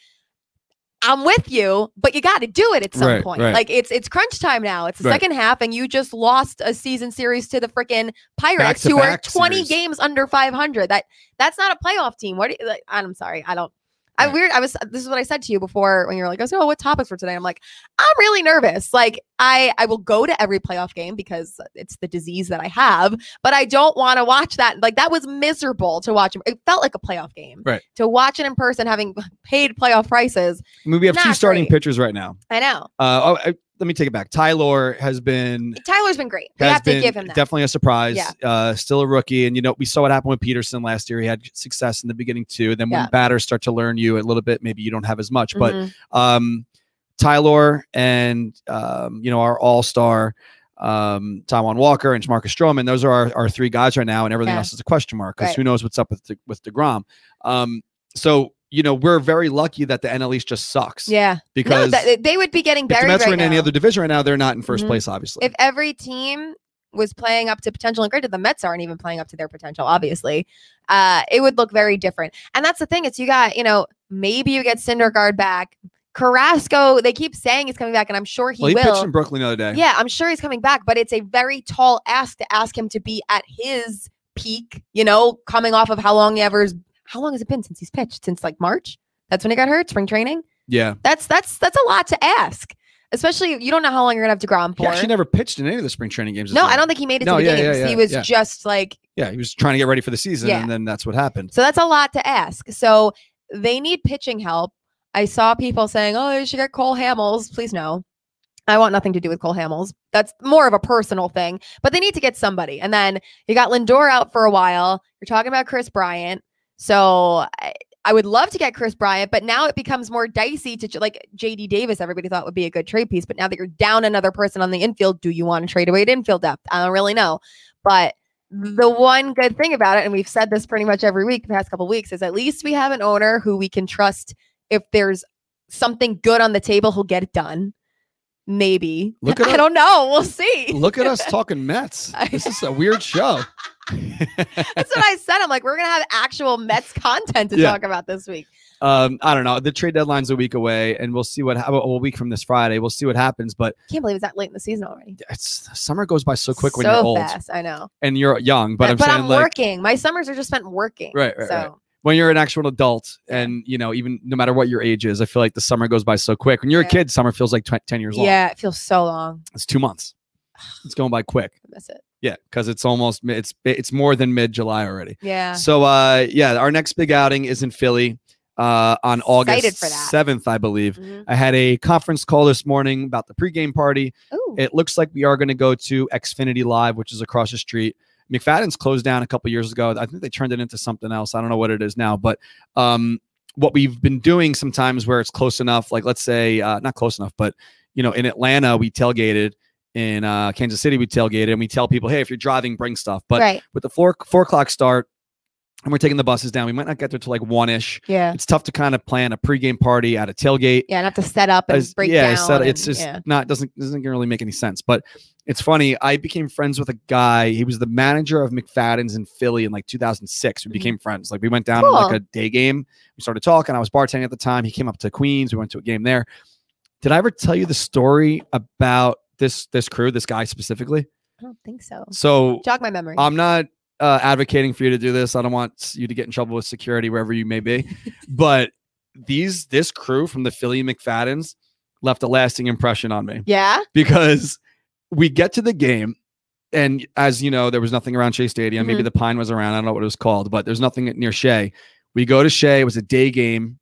[SPEAKER 4] I'm with you, but you got to do it at some
[SPEAKER 3] Right,
[SPEAKER 4] point.
[SPEAKER 3] right.
[SPEAKER 4] Like it's it's crunch time now. It's the
[SPEAKER 3] Right.
[SPEAKER 4] second half, and you just lost a season series to the freaking Pirates, who are
[SPEAKER 3] Back-to-back
[SPEAKER 4] 20
[SPEAKER 3] series.
[SPEAKER 4] games under 500. That that's not a playoff team. What? do you- Like, I'm sorry, I don't. I
[SPEAKER 3] Right.
[SPEAKER 4] weird. I was. This is what I said to you before when you were like, "I was like, oh, what topics for today?" I'm like, I'm really nervous. Like, I I will go to every playoff game because it's the disease that I have, but I don't want to watch that. Like, that was miserable to watch. It felt like a playoff game.
[SPEAKER 3] Right.
[SPEAKER 4] To watch it in person, having paid playoff prices,
[SPEAKER 3] I mean, we have two
[SPEAKER 4] not
[SPEAKER 3] starting
[SPEAKER 4] great.
[SPEAKER 3] pitchers right now.
[SPEAKER 4] I know.
[SPEAKER 3] Uh, oh, I, let me take it back. Tyler has been
[SPEAKER 4] Tyler's been great. We
[SPEAKER 3] has
[SPEAKER 4] have to
[SPEAKER 3] been
[SPEAKER 4] give him that.
[SPEAKER 3] definitely a surprise.
[SPEAKER 4] Yeah.
[SPEAKER 3] Uh, still a rookie, and you know we saw what happened with Peterson last year. He had success in the beginning too. And then when
[SPEAKER 4] Yeah.
[SPEAKER 3] batters start to learn you a little bit, maybe you don't have as much.
[SPEAKER 4] Mhm.
[SPEAKER 3] But um, Tyler and um, you know our All Star. Um, Taiwan Walker and Marcus Stroman, those are our, our three guys right now, and everything
[SPEAKER 4] Yeah.
[SPEAKER 3] else is a question mark because
[SPEAKER 4] Right.
[SPEAKER 3] who knows what's up with De, with Degrom. Um, so you know, we're very lucky that the NL East just sucks.
[SPEAKER 4] Yeah.
[SPEAKER 3] Because
[SPEAKER 4] no, that, they would be getting
[SPEAKER 3] if the
[SPEAKER 4] buried
[SPEAKER 3] Mets
[SPEAKER 4] right
[SPEAKER 3] were in
[SPEAKER 4] now.
[SPEAKER 3] any other division right now, they're not in 1st
[SPEAKER 4] Mhm.
[SPEAKER 3] place, obviously.
[SPEAKER 4] if every team was playing up to potential, and granted, the Mets aren't even playing up to their potential, obviously, uh, it would look very different. And that's the thing; it's you got, you know, maybe you get Syndergaard back. Carrasco, they keep saying he's coming back, and I'm sure he
[SPEAKER 3] well, he pitched in
[SPEAKER 4] will.
[SPEAKER 3] Brooklyn the other day.
[SPEAKER 4] Yeah, I'm sure he's coming back, but it's a very tall ask to ask him to be at his peak. You know, coming off of how long ever's how long has it been since he's pitched? Since like March? That's when he got hurt. Spring training.
[SPEAKER 3] Yeah.
[SPEAKER 4] That's that's that's a lot to ask, especially you don't know how long you're gonna have to ground
[SPEAKER 3] He
[SPEAKER 4] for.
[SPEAKER 3] actually never pitched in any of the spring training games. this
[SPEAKER 4] No,
[SPEAKER 3] year.
[SPEAKER 4] I don't think he made it
[SPEAKER 3] No,
[SPEAKER 4] to the
[SPEAKER 3] yeah,
[SPEAKER 4] games.
[SPEAKER 3] yeah,
[SPEAKER 4] he
[SPEAKER 3] yeah,
[SPEAKER 4] was
[SPEAKER 3] yeah.
[SPEAKER 4] just like
[SPEAKER 3] Yeah, he was trying to get ready for the season,
[SPEAKER 4] Yeah.
[SPEAKER 3] and then that's what happened.
[SPEAKER 4] so that's a lot to ask. So they need pitching help. I saw people saying, "Oh, you should get Cole Hamels." Please no. I want nothing to do with Cole Hamels. That's more of a personal thing, but they need to get somebody. And then you got Lindor out for a while. You're talking about Chris Bryant. So I, I would love to get Chris Bryant, but now it becomes more dicey to j- like JD Davis, everybody thought would be a good trade piece. But now that you're down another person on the infield, do you want to trade away at infield depth? I don't really know. But the one good thing about it, and we've said this pretty much every week the past couple weeks, is at least we have an owner who we can trust if there's something good on the table, he'll get it done. Maybe.
[SPEAKER 3] Look at
[SPEAKER 4] I
[SPEAKER 3] us-
[SPEAKER 4] don't know. We'll see.
[SPEAKER 3] Look at us talking Mets.
[SPEAKER 4] I-
[SPEAKER 3] This is a weird show.
[SPEAKER 4] That's what I said. I'm like, we're gonna have actual Mets content to
[SPEAKER 3] Yeah.
[SPEAKER 4] talk about this week.
[SPEAKER 3] Um, I don't know. The trade deadline's a week away, and we'll see what hap- well, a week from this Friday. We'll see what happens. But
[SPEAKER 4] Can't believe it's that late in the season already.
[SPEAKER 3] it's summer goes by so quick when
[SPEAKER 4] So
[SPEAKER 3] you're old
[SPEAKER 4] fast, I know.
[SPEAKER 3] and you're young. But I'm saying like
[SPEAKER 4] working. My summers are just spent working.
[SPEAKER 3] Right, right,
[SPEAKER 4] so
[SPEAKER 3] right. when you're an actual adult, and you know even no matter what your age is, I feel like the summer goes by so quick. When you're
[SPEAKER 4] Yeah.
[SPEAKER 3] a kid, summer feels like tw- ten years long.
[SPEAKER 4] yeah, it feels so long.
[SPEAKER 3] it's two months. It's going by quick.
[SPEAKER 4] I miss it.
[SPEAKER 3] Yeah, because it's almost mi- it's it's more than mid July already.
[SPEAKER 4] Yeah.
[SPEAKER 3] So uh yeah, our next big outing is in Philly uh on
[SPEAKER 4] Excited
[SPEAKER 3] August
[SPEAKER 4] for that.
[SPEAKER 3] seventh, I believe.
[SPEAKER 4] Mhm.
[SPEAKER 3] I had a conference call this morning about the pregame party.
[SPEAKER 4] Ooh.
[SPEAKER 3] It looks like we are going to go to Xfinity Live, which is across the street. McFadden's closed down a couple years ago. I think they turned it into something else. I don't know what it is now, but um, what we've been doing sometimes where it's close enough, like let's say uh, not close enough, but you know, in Atlanta we tailgated, in uh, Kansas City we tailgated, and we tell people, hey, if you're driving, bring stuff. But
[SPEAKER 4] right.
[SPEAKER 3] with the four four o'clock start, and we're taking the buses down, we might not get there till like one ish.
[SPEAKER 4] Yeah.
[SPEAKER 3] It's tough to kind of plan a pregame party at a tailgate
[SPEAKER 4] Yeah, and have to set up and
[SPEAKER 3] as-
[SPEAKER 4] break
[SPEAKER 3] yeah, I
[SPEAKER 4] down.
[SPEAKER 3] said it's
[SPEAKER 4] and-
[SPEAKER 3] just
[SPEAKER 4] yeah.
[SPEAKER 3] not doesn't doesn't really make any sense. But it's funny. I became friends with a guy. He was the manager of McFadden's in Philly in like 2006. We
[SPEAKER 4] Mhm.
[SPEAKER 3] became friends. Like we went down on
[SPEAKER 4] Cool.
[SPEAKER 3] like a day game. We started talking. I was bartending at the time. He came up to Queens. We went to a game there. Did I ever tell you the story about this this crew? This guy specifically.
[SPEAKER 4] I don't think so.
[SPEAKER 3] So
[SPEAKER 4] Jog my memory.
[SPEAKER 3] I'm not uh, advocating for you to do this. I don't want you to get in trouble with security wherever you may be. but these this crew from the Philly McFadden's left a lasting impression on me
[SPEAKER 4] yeah.
[SPEAKER 3] because we get to the game and as you know there was nothing around Shea Stadium. Maybe
[SPEAKER 4] Mhm.
[SPEAKER 3] the Pine was around. I don't know what it was called, but there's nothing near Shea. We go to Shea. It was a day game.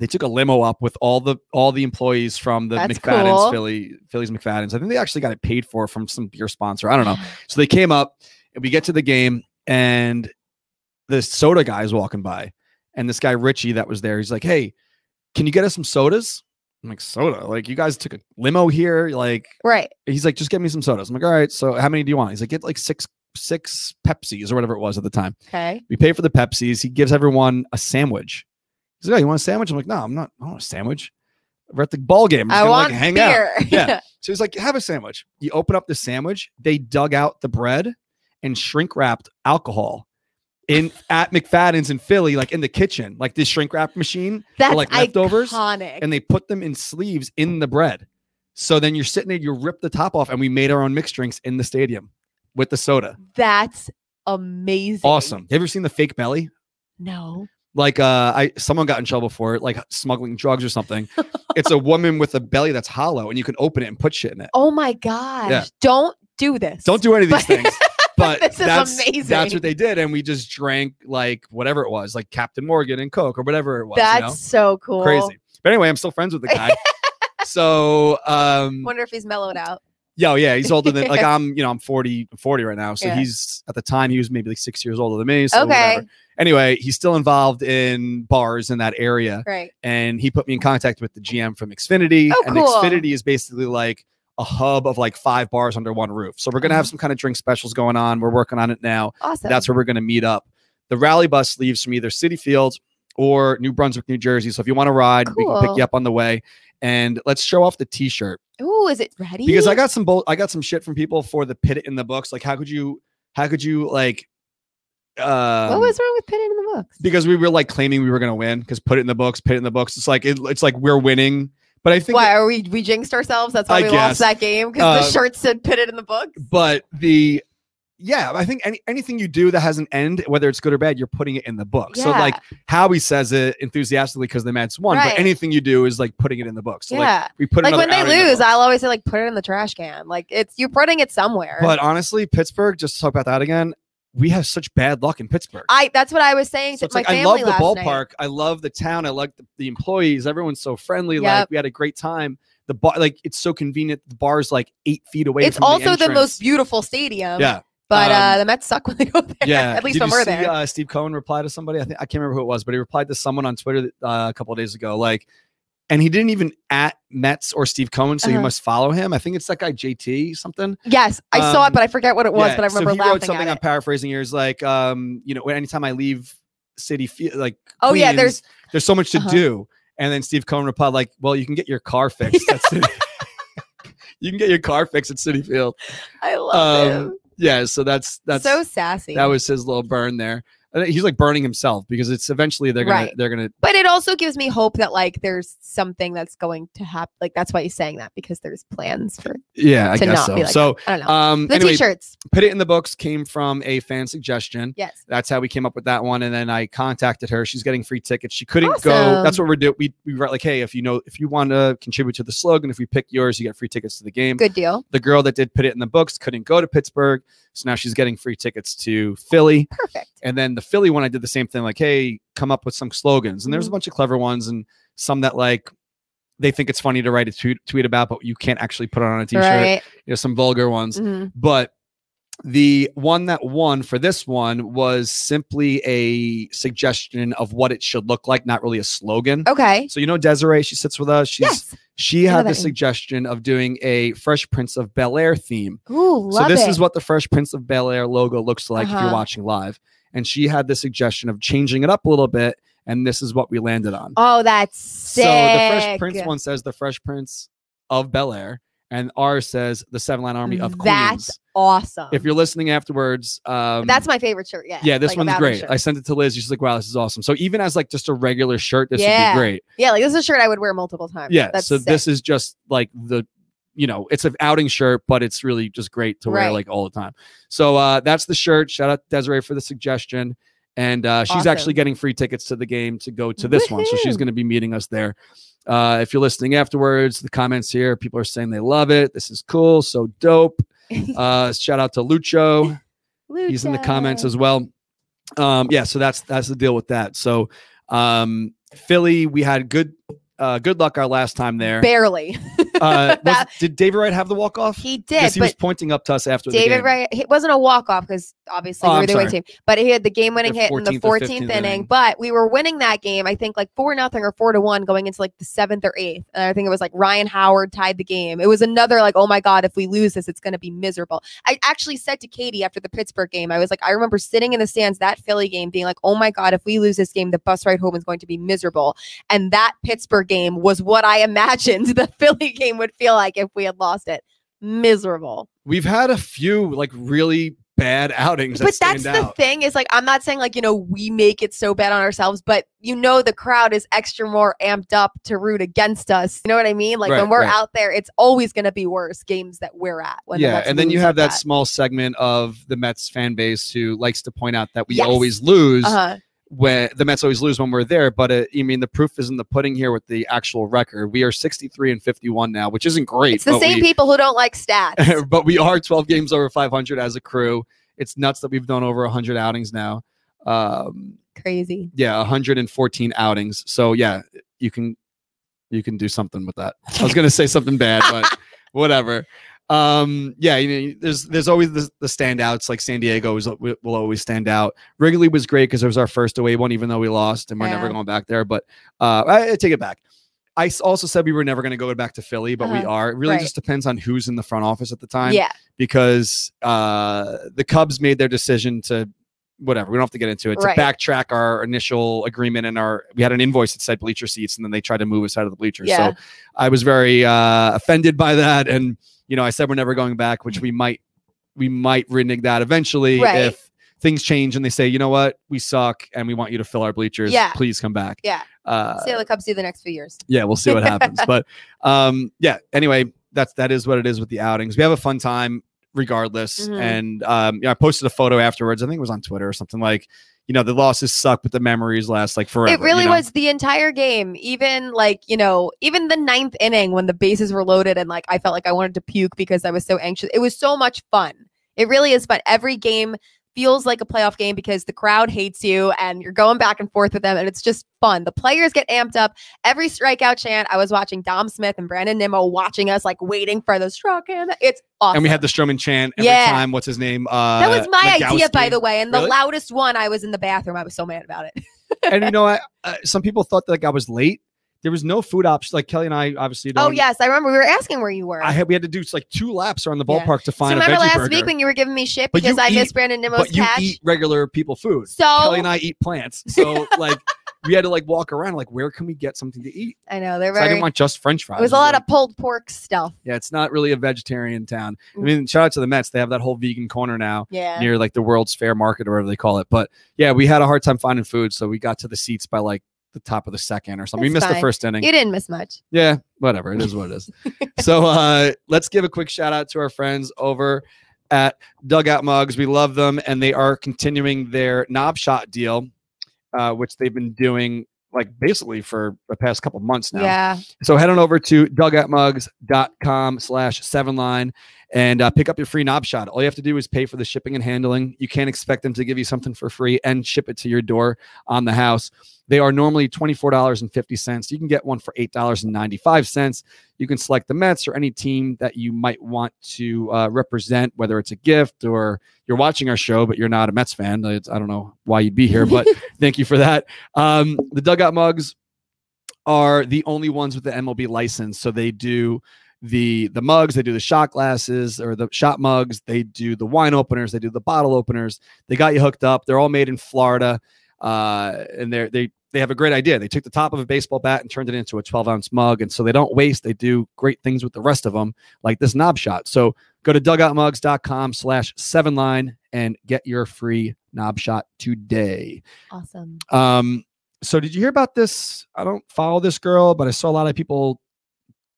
[SPEAKER 3] They took a limo up with all the all the employees from the
[SPEAKER 4] That's
[SPEAKER 3] McFadden's
[SPEAKER 4] cool.
[SPEAKER 3] Philly Philly's McFadden's. I think they actually got it paid for from some beer sponsor. I don't know. So they came up, and we get to the game, and the soda guy is walking by, and this guy Richie that was there, he's like, "Hey, can you get us some sodas?" I'm like, "Soda? Like you guys took a limo here? Like?"
[SPEAKER 4] Right.
[SPEAKER 3] He's like, "Just get me some sodas." I'm like, "All right. So how many do you want?" He's like, "Get like six six Pepsis or whatever it was at the time."
[SPEAKER 4] Okay.
[SPEAKER 3] We pay for the Pepsis. He gives everyone a sandwich. He's like, "Oh, you want a sandwich?" I'm like, "No, I'm not. I don't want a sandwich. We're at the ball game. We're just
[SPEAKER 4] I
[SPEAKER 3] gonna,
[SPEAKER 4] want
[SPEAKER 3] like, hang out."
[SPEAKER 4] beer.
[SPEAKER 3] Yeah. So he's like, have a sandwich. You open up the sandwich, they dug out the bread and shrink wrapped alcohol in at McFadden's in Philly, like in the kitchen, like this shrink wrap machine,
[SPEAKER 4] That's
[SPEAKER 3] like leftovers,
[SPEAKER 4] iconic.
[SPEAKER 3] and they put them in sleeves in the bread. So then you're sitting there, you rip the top off, and we made our own mixed drinks in the stadium with the soda.
[SPEAKER 4] That's amazing.
[SPEAKER 3] Awesome. You ever seen the fake belly?
[SPEAKER 4] No.
[SPEAKER 3] like uh I someone got in trouble for it, like smuggling drugs or something. it's a woman with a belly that's hollow and you can open it and put shit in it.
[SPEAKER 4] Oh my gosh. Don't do this.
[SPEAKER 3] Don't do any of these
[SPEAKER 4] But-
[SPEAKER 3] things. But
[SPEAKER 4] this is
[SPEAKER 3] that's,
[SPEAKER 4] amazing.
[SPEAKER 3] That's what they did. And we just drank like whatever it was, like Captain Morgan and Coke or whatever it was.
[SPEAKER 4] That's
[SPEAKER 3] you know?
[SPEAKER 4] so cool.
[SPEAKER 3] crazy. But anyway, I'm still friends with the guy. so um
[SPEAKER 4] Wonder if he's mellowed out.
[SPEAKER 3] yeah, oh, yeah, he's older than like I'm, you know, I'm 40, 40 right now. So
[SPEAKER 4] Yeah.
[SPEAKER 3] he's at the time he was maybe like six years older than me. So
[SPEAKER 4] okay.
[SPEAKER 3] whatever. anyway, he's still involved in bars in that area.
[SPEAKER 4] Right.
[SPEAKER 3] and he put me in contact with the GM from Xfinity.
[SPEAKER 4] Oh,
[SPEAKER 3] and
[SPEAKER 4] cool.
[SPEAKER 3] Xfinity is basically like a hub of like five bars under one roof. So we're gonna
[SPEAKER 4] Uh-huh.
[SPEAKER 3] have some kind of drink specials going on. We're working on it now.
[SPEAKER 4] Awesome.
[SPEAKER 3] That's where we're gonna meet up. The rally bus leaves from either City Field or New Brunswick, New Jersey. So if you want to ride, we can pick
[SPEAKER 4] Cool.
[SPEAKER 3] you up on the way. And let's show off the T-shirt
[SPEAKER 4] Ooh, is it ready?
[SPEAKER 3] because I got some bull- I got some shit from people for the pit it in the books. Like, how could you? How could you like? Uh,
[SPEAKER 4] what was wrong with putting it in the books?
[SPEAKER 3] because we were like claiming we were going to win because put it in the books, put it in the books. It's like it, it's like we're winning, but I think
[SPEAKER 4] Why are we we jinxed ourselves? That's why
[SPEAKER 3] I
[SPEAKER 4] we
[SPEAKER 3] guess.
[SPEAKER 4] lost that game because
[SPEAKER 3] Uh,
[SPEAKER 4] the shirt said put it in the books.
[SPEAKER 3] but the yeah, I think any, anything you do that has an end, whether it's good or bad, you're putting it in the book. So
[SPEAKER 4] Yeah.
[SPEAKER 3] like Howie says it enthusiastically because the Mets won,
[SPEAKER 4] Right.
[SPEAKER 3] but anything you do is like putting it in the book. So like
[SPEAKER 4] yeah.
[SPEAKER 3] we put
[SPEAKER 4] like
[SPEAKER 3] another
[SPEAKER 4] when they
[SPEAKER 3] outing in the
[SPEAKER 4] lose,
[SPEAKER 3] book.
[SPEAKER 4] I'll always say like put it in the trash can. Like it's you're putting it somewhere.
[SPEAKER 3] But honestly, Pittsburgh. Just to talk about that again. We have such bad luck in Pittsburgh.
[SPEAKER 4] I that's what I was saying
[SPEAKER 3] So
[SPEAKER 4] to
[SPEAKER 3] it's
[SPEAKER 4] my
[SPEAKER 3] like I
[SPEAKER 4] family
[SPEAKER 3] love the
[SPEAKER 4] last
[SPEAKER 3] ballpark. I love the town. I like the, the employees. Everyone's so friendly. Like
[SPEAKER 4] Yep.
[SPEAKER 3] we had a great time. The bar, like it's so convenient. The bar's like eight feet away.
[SPEAKER 4] Night. It's
[SPEAKER 3] from
[SPEAKER 4] also the, most
[SPEAKER 3] entrance.
[SPEAKER 4] beautiful stadium.
[SPEAKER 3] Yeah,
[SPEAKER 4] But
[SPEAKER 3] um,
[SPEAKER 4] uh, the Mets suck when they go there.
[SPEAKER 3] yeah.
[SPEAKER 4] At least
[SPEAKER 3] Did
[SPEAKER 4] when
[SPEAKER 3] you
[SPEAKER 4] we're
[SPEAKER 3] see,
[SPEAKER 4] there.
[SPEAKER 3] Uh, Steve Cohen replied to somebody. I think I can't remember who it was, but he replied to someone on Twitter uh, a couple of days ago. Like, and he didn't even at Mets or Steve Cohen, so you
[SPEAKER 4] Uh-huh.
[SPEAKER 3] must follow him. I think it's that guy JT something.
[SPEAKER 4] yes, I saw
[SPEAKER 3] um,
[SPEAKER 4] it, but I forget what it was. but I remember
[SPEAKER 3] so he
[SPEAKER 4] laughing
[SPEAKER 3] wrote something.
[SPEAKER 4] at
[SPEAKER 3] I'm
[SPEAKER 4] it.
[SPEAKER 3] paraphrasing here. Is like, um, you know, anytime I leave city, fe- like,
[SPEAKER 4] Oh, yeah,
[SPEAKER 3] Queens,
[SPEAKER 4] there's-
[SPEAKER 3] there's so much to
[SPEAKER 4] Uh-huh.
[SPEAKER 3] do. And then Steve Cohen replied, like, well, you can get your car fixed. That's it. you can get your car fixed at City Field.
[SPEAKER 4] I love
[SPEAKER 3] um,
[SPEAKER 4] him.
[SPEAKER 3] Yeah, so that's that's
[SPEAKER 4] so sassy.
[SPEAKER 3] that was his little burn there. And he's like burning himself because it's eventually they're gonna
[SPEAKER 4] Right.
[SPEAKER 3] they're gonna
[SPEAKER 4] but it also gives me hope that like there's something that's going to happen. Like that's why he's saying that because there's plans for
[SPEAKER 3] yeah I
[SPEAKER 4] To
[SPEAKER 3] guess
[SPEAKER 4] not
[SPEAKER 3] so.
[SPEAKER 4] be like
[SPEAKER 3] so
[SPEAKER 4] I don't know.
[SPEAKER 3] um
[SPEAKER 4] the
[SPEAKER 3] anyway,
[SPEAKER 4] t-shirts.
[SPEAKER 3] put it in the books came from a fan suggestion.
[SPEAKER 4] Yes.
[SPEAKER 3] that's how we came up with that one. And then I contacted her. She's getting free tickets. She couldn't go.
[SPEAKER 4] Awesome.
[SPEAKER 3] That's what we're doing. We we were like, hey, if you know, if you want to contribute to the slogan, if we pick yours, you get free tickets to the game.
[SPEAKER 4] Good deal.
[SPEAKER 3] The girl that did put it in the books couldn't go to Pittsburgh, so now she's getting free tickets to Philly.
[SPEAKER 4] Perfect.
[SPEAKER 3] And then the Philly one, I did the same thing. Like, hey, come up with some slogans. And there's a
[SPEAKER 4] Mhm.
[SPEAKER 3] bunch of clever ones, and some that like they think it's funny to write a tweet, tweet about, but you can't actually put it on a t-shirt.
[SPEAKER 4] Right.
[SPEAKER 3] You know, some vulgar ones
[SPEAKER 4] Mhm.
[SPEAKER 3] but the one that won for this one was simply a suggestion of what it should look like, not really a slogan.
[SPEAKER 4] Okay.
[SPEAKER 3] So you know Desiree, she sits with us. She's
[SPEAKER 4] yes.
[SPEAKER 3] she
[SPEAKER 4] I know
[SPEAKER 3] had the
[SPEAKER 4] that name.
[SPEAKER 3] suggestion of doing a Fresh Prince of Bel Air theme.
[SPEAKER 4] Ooh, love
[SPEAKER 3] so this
[SPEAKER 4] it.
[SPEAKER 3] is what the Fresh Prince of Bel Air logo looks like if you're
[SPEAKER 4] Uh-huh.
[SPEAKER 3] watching live. And she had the suggestion of changing it up a little bit, and this is what we landed on.
[SPEAKER 4] Oh, that's sick.
[SPEAKER 3] So the Fresh Prince one says the Fresh Prince of Bel Air, and R says the Seven Line Army of
[SPEAKER 4] That's
[SPEAKER 3] Queens
[SPEAKER 4] awesome.
[SPEAKER 3] if you're listening afterwards um
[SPEAKER 4] that's my favorite shirt. Yeah.
[SPEAKER 3] yeah this
[SPEAKER 4] like a
[SPEAKER 3] one's
[SPEAKER 4] Bauer
[SPEAKER 3] great
[SPEAKER 4] shirt.
[SPEAKER 3] i sent it to liz she's like wow this is awesome so even as like just a regular shirt this would
[SPEAKER 4] Yeah.
[SPEAKER 3] be great
[SPEAKER 4] yeah, like this is a shirt I would wear multiple times.
[SPEAKER 3] yeah
[SPEAKER 4] That's
[SPEAKER 3] so
[SPEAKER 4] sick.
[SPEAKER 3] this is just like the you know it's an outing shirt but it's really just great to wear
[SPEAKER 4] Right.
[SPEAKER 3] like all the time so uh that's the shirt shout out desiree for the suggestion and uh, she's actually
[SPEAKER 4] Awesome.
[SPEAKER 3] getting free tickets to the game to go to this one so she's
[SPEAKER 4] Woohoo.
[SPEAKER 3] going to be meeting us there uh, if you're listening afterwards the comments here people are saying they love it this is cool so dope uh, shout out to lucho he's in the comments as well. Um, yeah, so that's that's the deal with that. So um, Philly, we had good uh, good luck our last time there.
[SPEAKER 4] Barely.
[SPEAKER 3] Uh, was-
[SPEAKER 4] That-
[SPEAKER 3] did David Wright have the walk off?
[SPEAKER 4] He
[SPEAKER 3] Because
[SPEAKER 4] did,
[SPEAKER 3] he was
[SPEAKER 4] but
[SPEAKER 3] pointing up to us after the
[SPEAKER 4] David
[SPEAKER 3] game.
[SPEAKER 4] Wright, it wasn't a walk off because obviously
[SPEAKER 3] Oh,
[SPEAKER 4] we were
[SPEAKER 3] I'm
[SPEAKER 4] the away
[SPEAKER 3] sorry.
[SPEAKER 4] team, but he had the game winning
[SPEAKER 3] The
[SPEAKER 4] hit in the
[SPEAKER 3] 14th or
[SPEAKER 4] 14th
[SPEAKER 3] 15th
[SPEAKER 4] inning,
[SPEAKER 3] inning.
[SPEAKER 4] But we were winning that game, I think like 4 nothing or 4 to 1 going into like the seventh or eighth. And I think it was like Ryan Howard tied the game. It was another like, oh my God, if we lose this, it's going to be miserable. I actually said to Katie after the Pittsburgh game, I was like, I remember sitting in the stands that Philly game being like, oh my God, if we lose this game, the bus ride home is going to be miserable. And that Pittsburgh game was what I imagined the Philly game would feel like if we had lost it. Miserable.
[SPEAKER 3] We've had a few like really bad outings.
[SPEAKER 4] But
[SPEAKER 3] that
[SPEAKER 4] that's
[SPEAKER 3] stand
[SPEAKER 4] the
[SPEAKER 3] out.
[SPEAKER 4] thing is like I'm not saying like you know we make it so bad on ourselves, but you know the crowd is extra more amped up to root against us. You know what I mean? Like
[SPEAKER 3] Right,
[SPEAKER 4] when we're
[SPEAKER 3] right.
[SPEAKER 4] out there, it's always going to be worse games that we're at. When the
[SPEAKER 3] yeah,
[SPEAKER 4] Mets
[SPEAKER 3] and then you
[SPEAKER 4] lose
[SPEAKER 3] have
[SPEAKER 4] like
[SPEAKER 3] that small segment of the Mets fan base who likes to point out that we
[SPEAKER 4] Yes.
[SPEAKER 3] always lose
[SPEAKER 4] Uh-huh.
[SPEAKER 3] when the Mets always lose when we're there. But uh, I mean, the proof is in the pudding here with the actual record. We are 63 and 51 now, which isn't great.
[SPEAKER 4] It's the
[SPEAKER 3] but
[SPEAKER 4] same
[SPEAKER 3] we-
[SPEAKER 4] people who don't like stats.
[SPEAKER 3] but we are 12 games over 500 as a crew. It's nuts that we've done over 100 outings now. Um,
[SPEAKER 4] Crazy.
[SPEAKER 3] yeah, 114 outings. So yeah, you can you can do something with that. I was gonna say something bad, but whatever. Um, yeah, you know, there's there's always the, the standouts. Like San Diego is, will always stand out. Wrigley was great because it was our first away one, even though we lost and we're never
[SPEAKER 4] Yeah.
[SPEAKER 3] going back there. But uh, I, I take it back. I s- also said we were never going to go back to Philly, but we
[SPEAKER 4] Uh-huh.
[SPEAKER 3] are. It really
[SPEAKER 4] Right.
[SPEAKER 3] just depends on who's in the front office at the time
[SPEAKER 4] yeah.
[SPEAKER 3] because uh, the Cubs made their decision to whatever. We don't have to get into it. To
[SPEAKER 4] Right.
[SPEAKER 3] backtrack our initial agreement and our we had an invoice that said bleacher seats, and then they tried to move us out of the bleachers.
[SPEAKER 4] Yeah.
[SPEAKER 3] So I was very uh, offended by that, and you know I said we're never going back, which we might we might renege that eventually
[SPEAKER 4] Right.
[SPEAKER 3] if things change and they say you know what we suck and we want you to fill our bleachers.
[SPEAKER 4] Yeah.
[SPEAKER 3] please come back.
[SPEAKER 4] Yeah.
[SPEAKER 3] Uh,
[SPEAKER 4] See how the Cubs do the next few years.
[SPEAKER 3] yeah, we'll see what happens. but um, yeah, anyway, that's that is what it is with the outings. We have a fun time regardless.
[SPEAKER 4] Mhm.
[SPEAKER 3] And um, you know, I posted a photo afterwards. I think it was on Twitter or something like, you know, the losses suck, but the memories last like forever.
[SPEAKER 4] It really
[SPEAKER 3] you know?
[SPEAKER 4] was the entire game, even like, you know, even the ninth inning when the bases were loaded and like I felt like I wanted to puke because I was so anxious. It was so much fun. It really is fun. Every game feels like a playoff game because the crowd hates you and you're going back and forth with them and it's just fun. The players get amped up. Every strikeout chant, I was watching Dom Smith and Brandon Nimmo watching us like waiting for the struck him. It's awesome.
[SPEAKER 3] And we had the Stroman chant every
[SPEAKER 4] Yeah.
[SPEAKER 3] time. What's his name? Uh,
[SPEAKER 4] that was my idea, by
[SPEAKER 3] Legowski.
[SPEAKER 4] the way. And the
[SPEAKER 3] Really?
[SPEAKER 4] loudest one, I was in the bathroom. I was so mad about it.
[SPEAKER 3] and you know, I, uh, some people thought that like, I was late. There was no food option. Like Kelly and I obviously.
[SPEAKER 4] Oh,
[SPEAKER 3] don't-
[SPEAKER 4] yes. I remember we were asking where you were.
[SPEAKER 3] I had we had to do like two laps around the
[SPEAKER 4] Yeah.
[SPEAKER 3] ballpark to find. a
[SPEAKER 4] so remember
[SPEAKER 3] veggie
[SPEAKER 4] last
[SPEAKER 3] burger,
[SPEAKER 4] week when you were giving me shit
[SPEAKER 3] But you
[SPEAKER 4] because I missed
[SPEAKER 3] eat-
[SPEAKER 4] Brandon Nimmo's
[SPEAKER 3] but you
[SPEAKER 4] catch?
[SPEAKER 3] eat regular people food.
[SPEAKER 4] so
[SPEAKER 3] Kelly and I eat plants. So like we had to like walk around like where can we get something to eat?
[SPEAKER 4] I know they're
[SPEAKER 3] So I
[SPEAKER 4] very.
[SPEAKER 3] didn't want just french fries.
[SPEAKER 4] it was a
[SPEAKER 3] I
[SPEAKER 4] lot
[SPEAKER 3] like,
[SPEAKER 4] of pulled pork stuff.
[SPEAKER 3] Yeah, it's not really a vegetarian town. I
[SPEAKER 4] Mm.
[SPEAKER 3] mean, shout out to the Mets. They have that whole vegan corner now
[SPEAKER 4] Yeah.
[SPEAKER 3] near like the World's Fair Market or whatever they call it. But yeah, we had a hard time finding food, so we got to the seats by like the top of the second or something. we
[SPEAKER 4] That's
[SPEAKER 3] missed the
[SPEAKER 4] fine.
[SPEAKER 3] first inning.
[SPEAKER 4] You didn't miss much.
[SPEAKER 3] yeah, whatever. It is what it is. so uh let's give a quick shout out to our friends over at Dugout Mugs. We love them and they are continuing their knob shot deal, uh, which they've been doing like basically for the past couple months now.
[SPEAKER 4] Yeah.
[SPEAKER 3] So head on over to dugoutmugs.com slash seven line and uh, pick up your free knob shot. All you have to do is pay for the shipping and handling. You can't expect them to give you something for free and ship it to your door on the house. They are normally $24.50. You can get one for $8.95. You can select the Mets or any team that you might want to uh, represent, whether it's a gift or you're watching our show, but you're not a Mets fan. It's- I don't know why you'd be here, but thank you for that. Um, the dugout mugs are the only ones with the MLB license. So they do the the mugs, they do the shot glasses or the shot mugs, they do the wine openers, they do the bottle openers. They got you hooked up. They're all made in Florida, uh, and they they they have a great idea. They took the top of a baseball bat and turned it into a 12 ounce mug, and so they don't waste. They do great things with the rest of them, like this knob shot. So go to dugoutmugs.com/slash seven line and get your free knob shot today.
[SPEAKER 4] Awesome.
[SPEAKER 3] Um, so did you hear about this? I don't follow this girl, but I saw a lot of people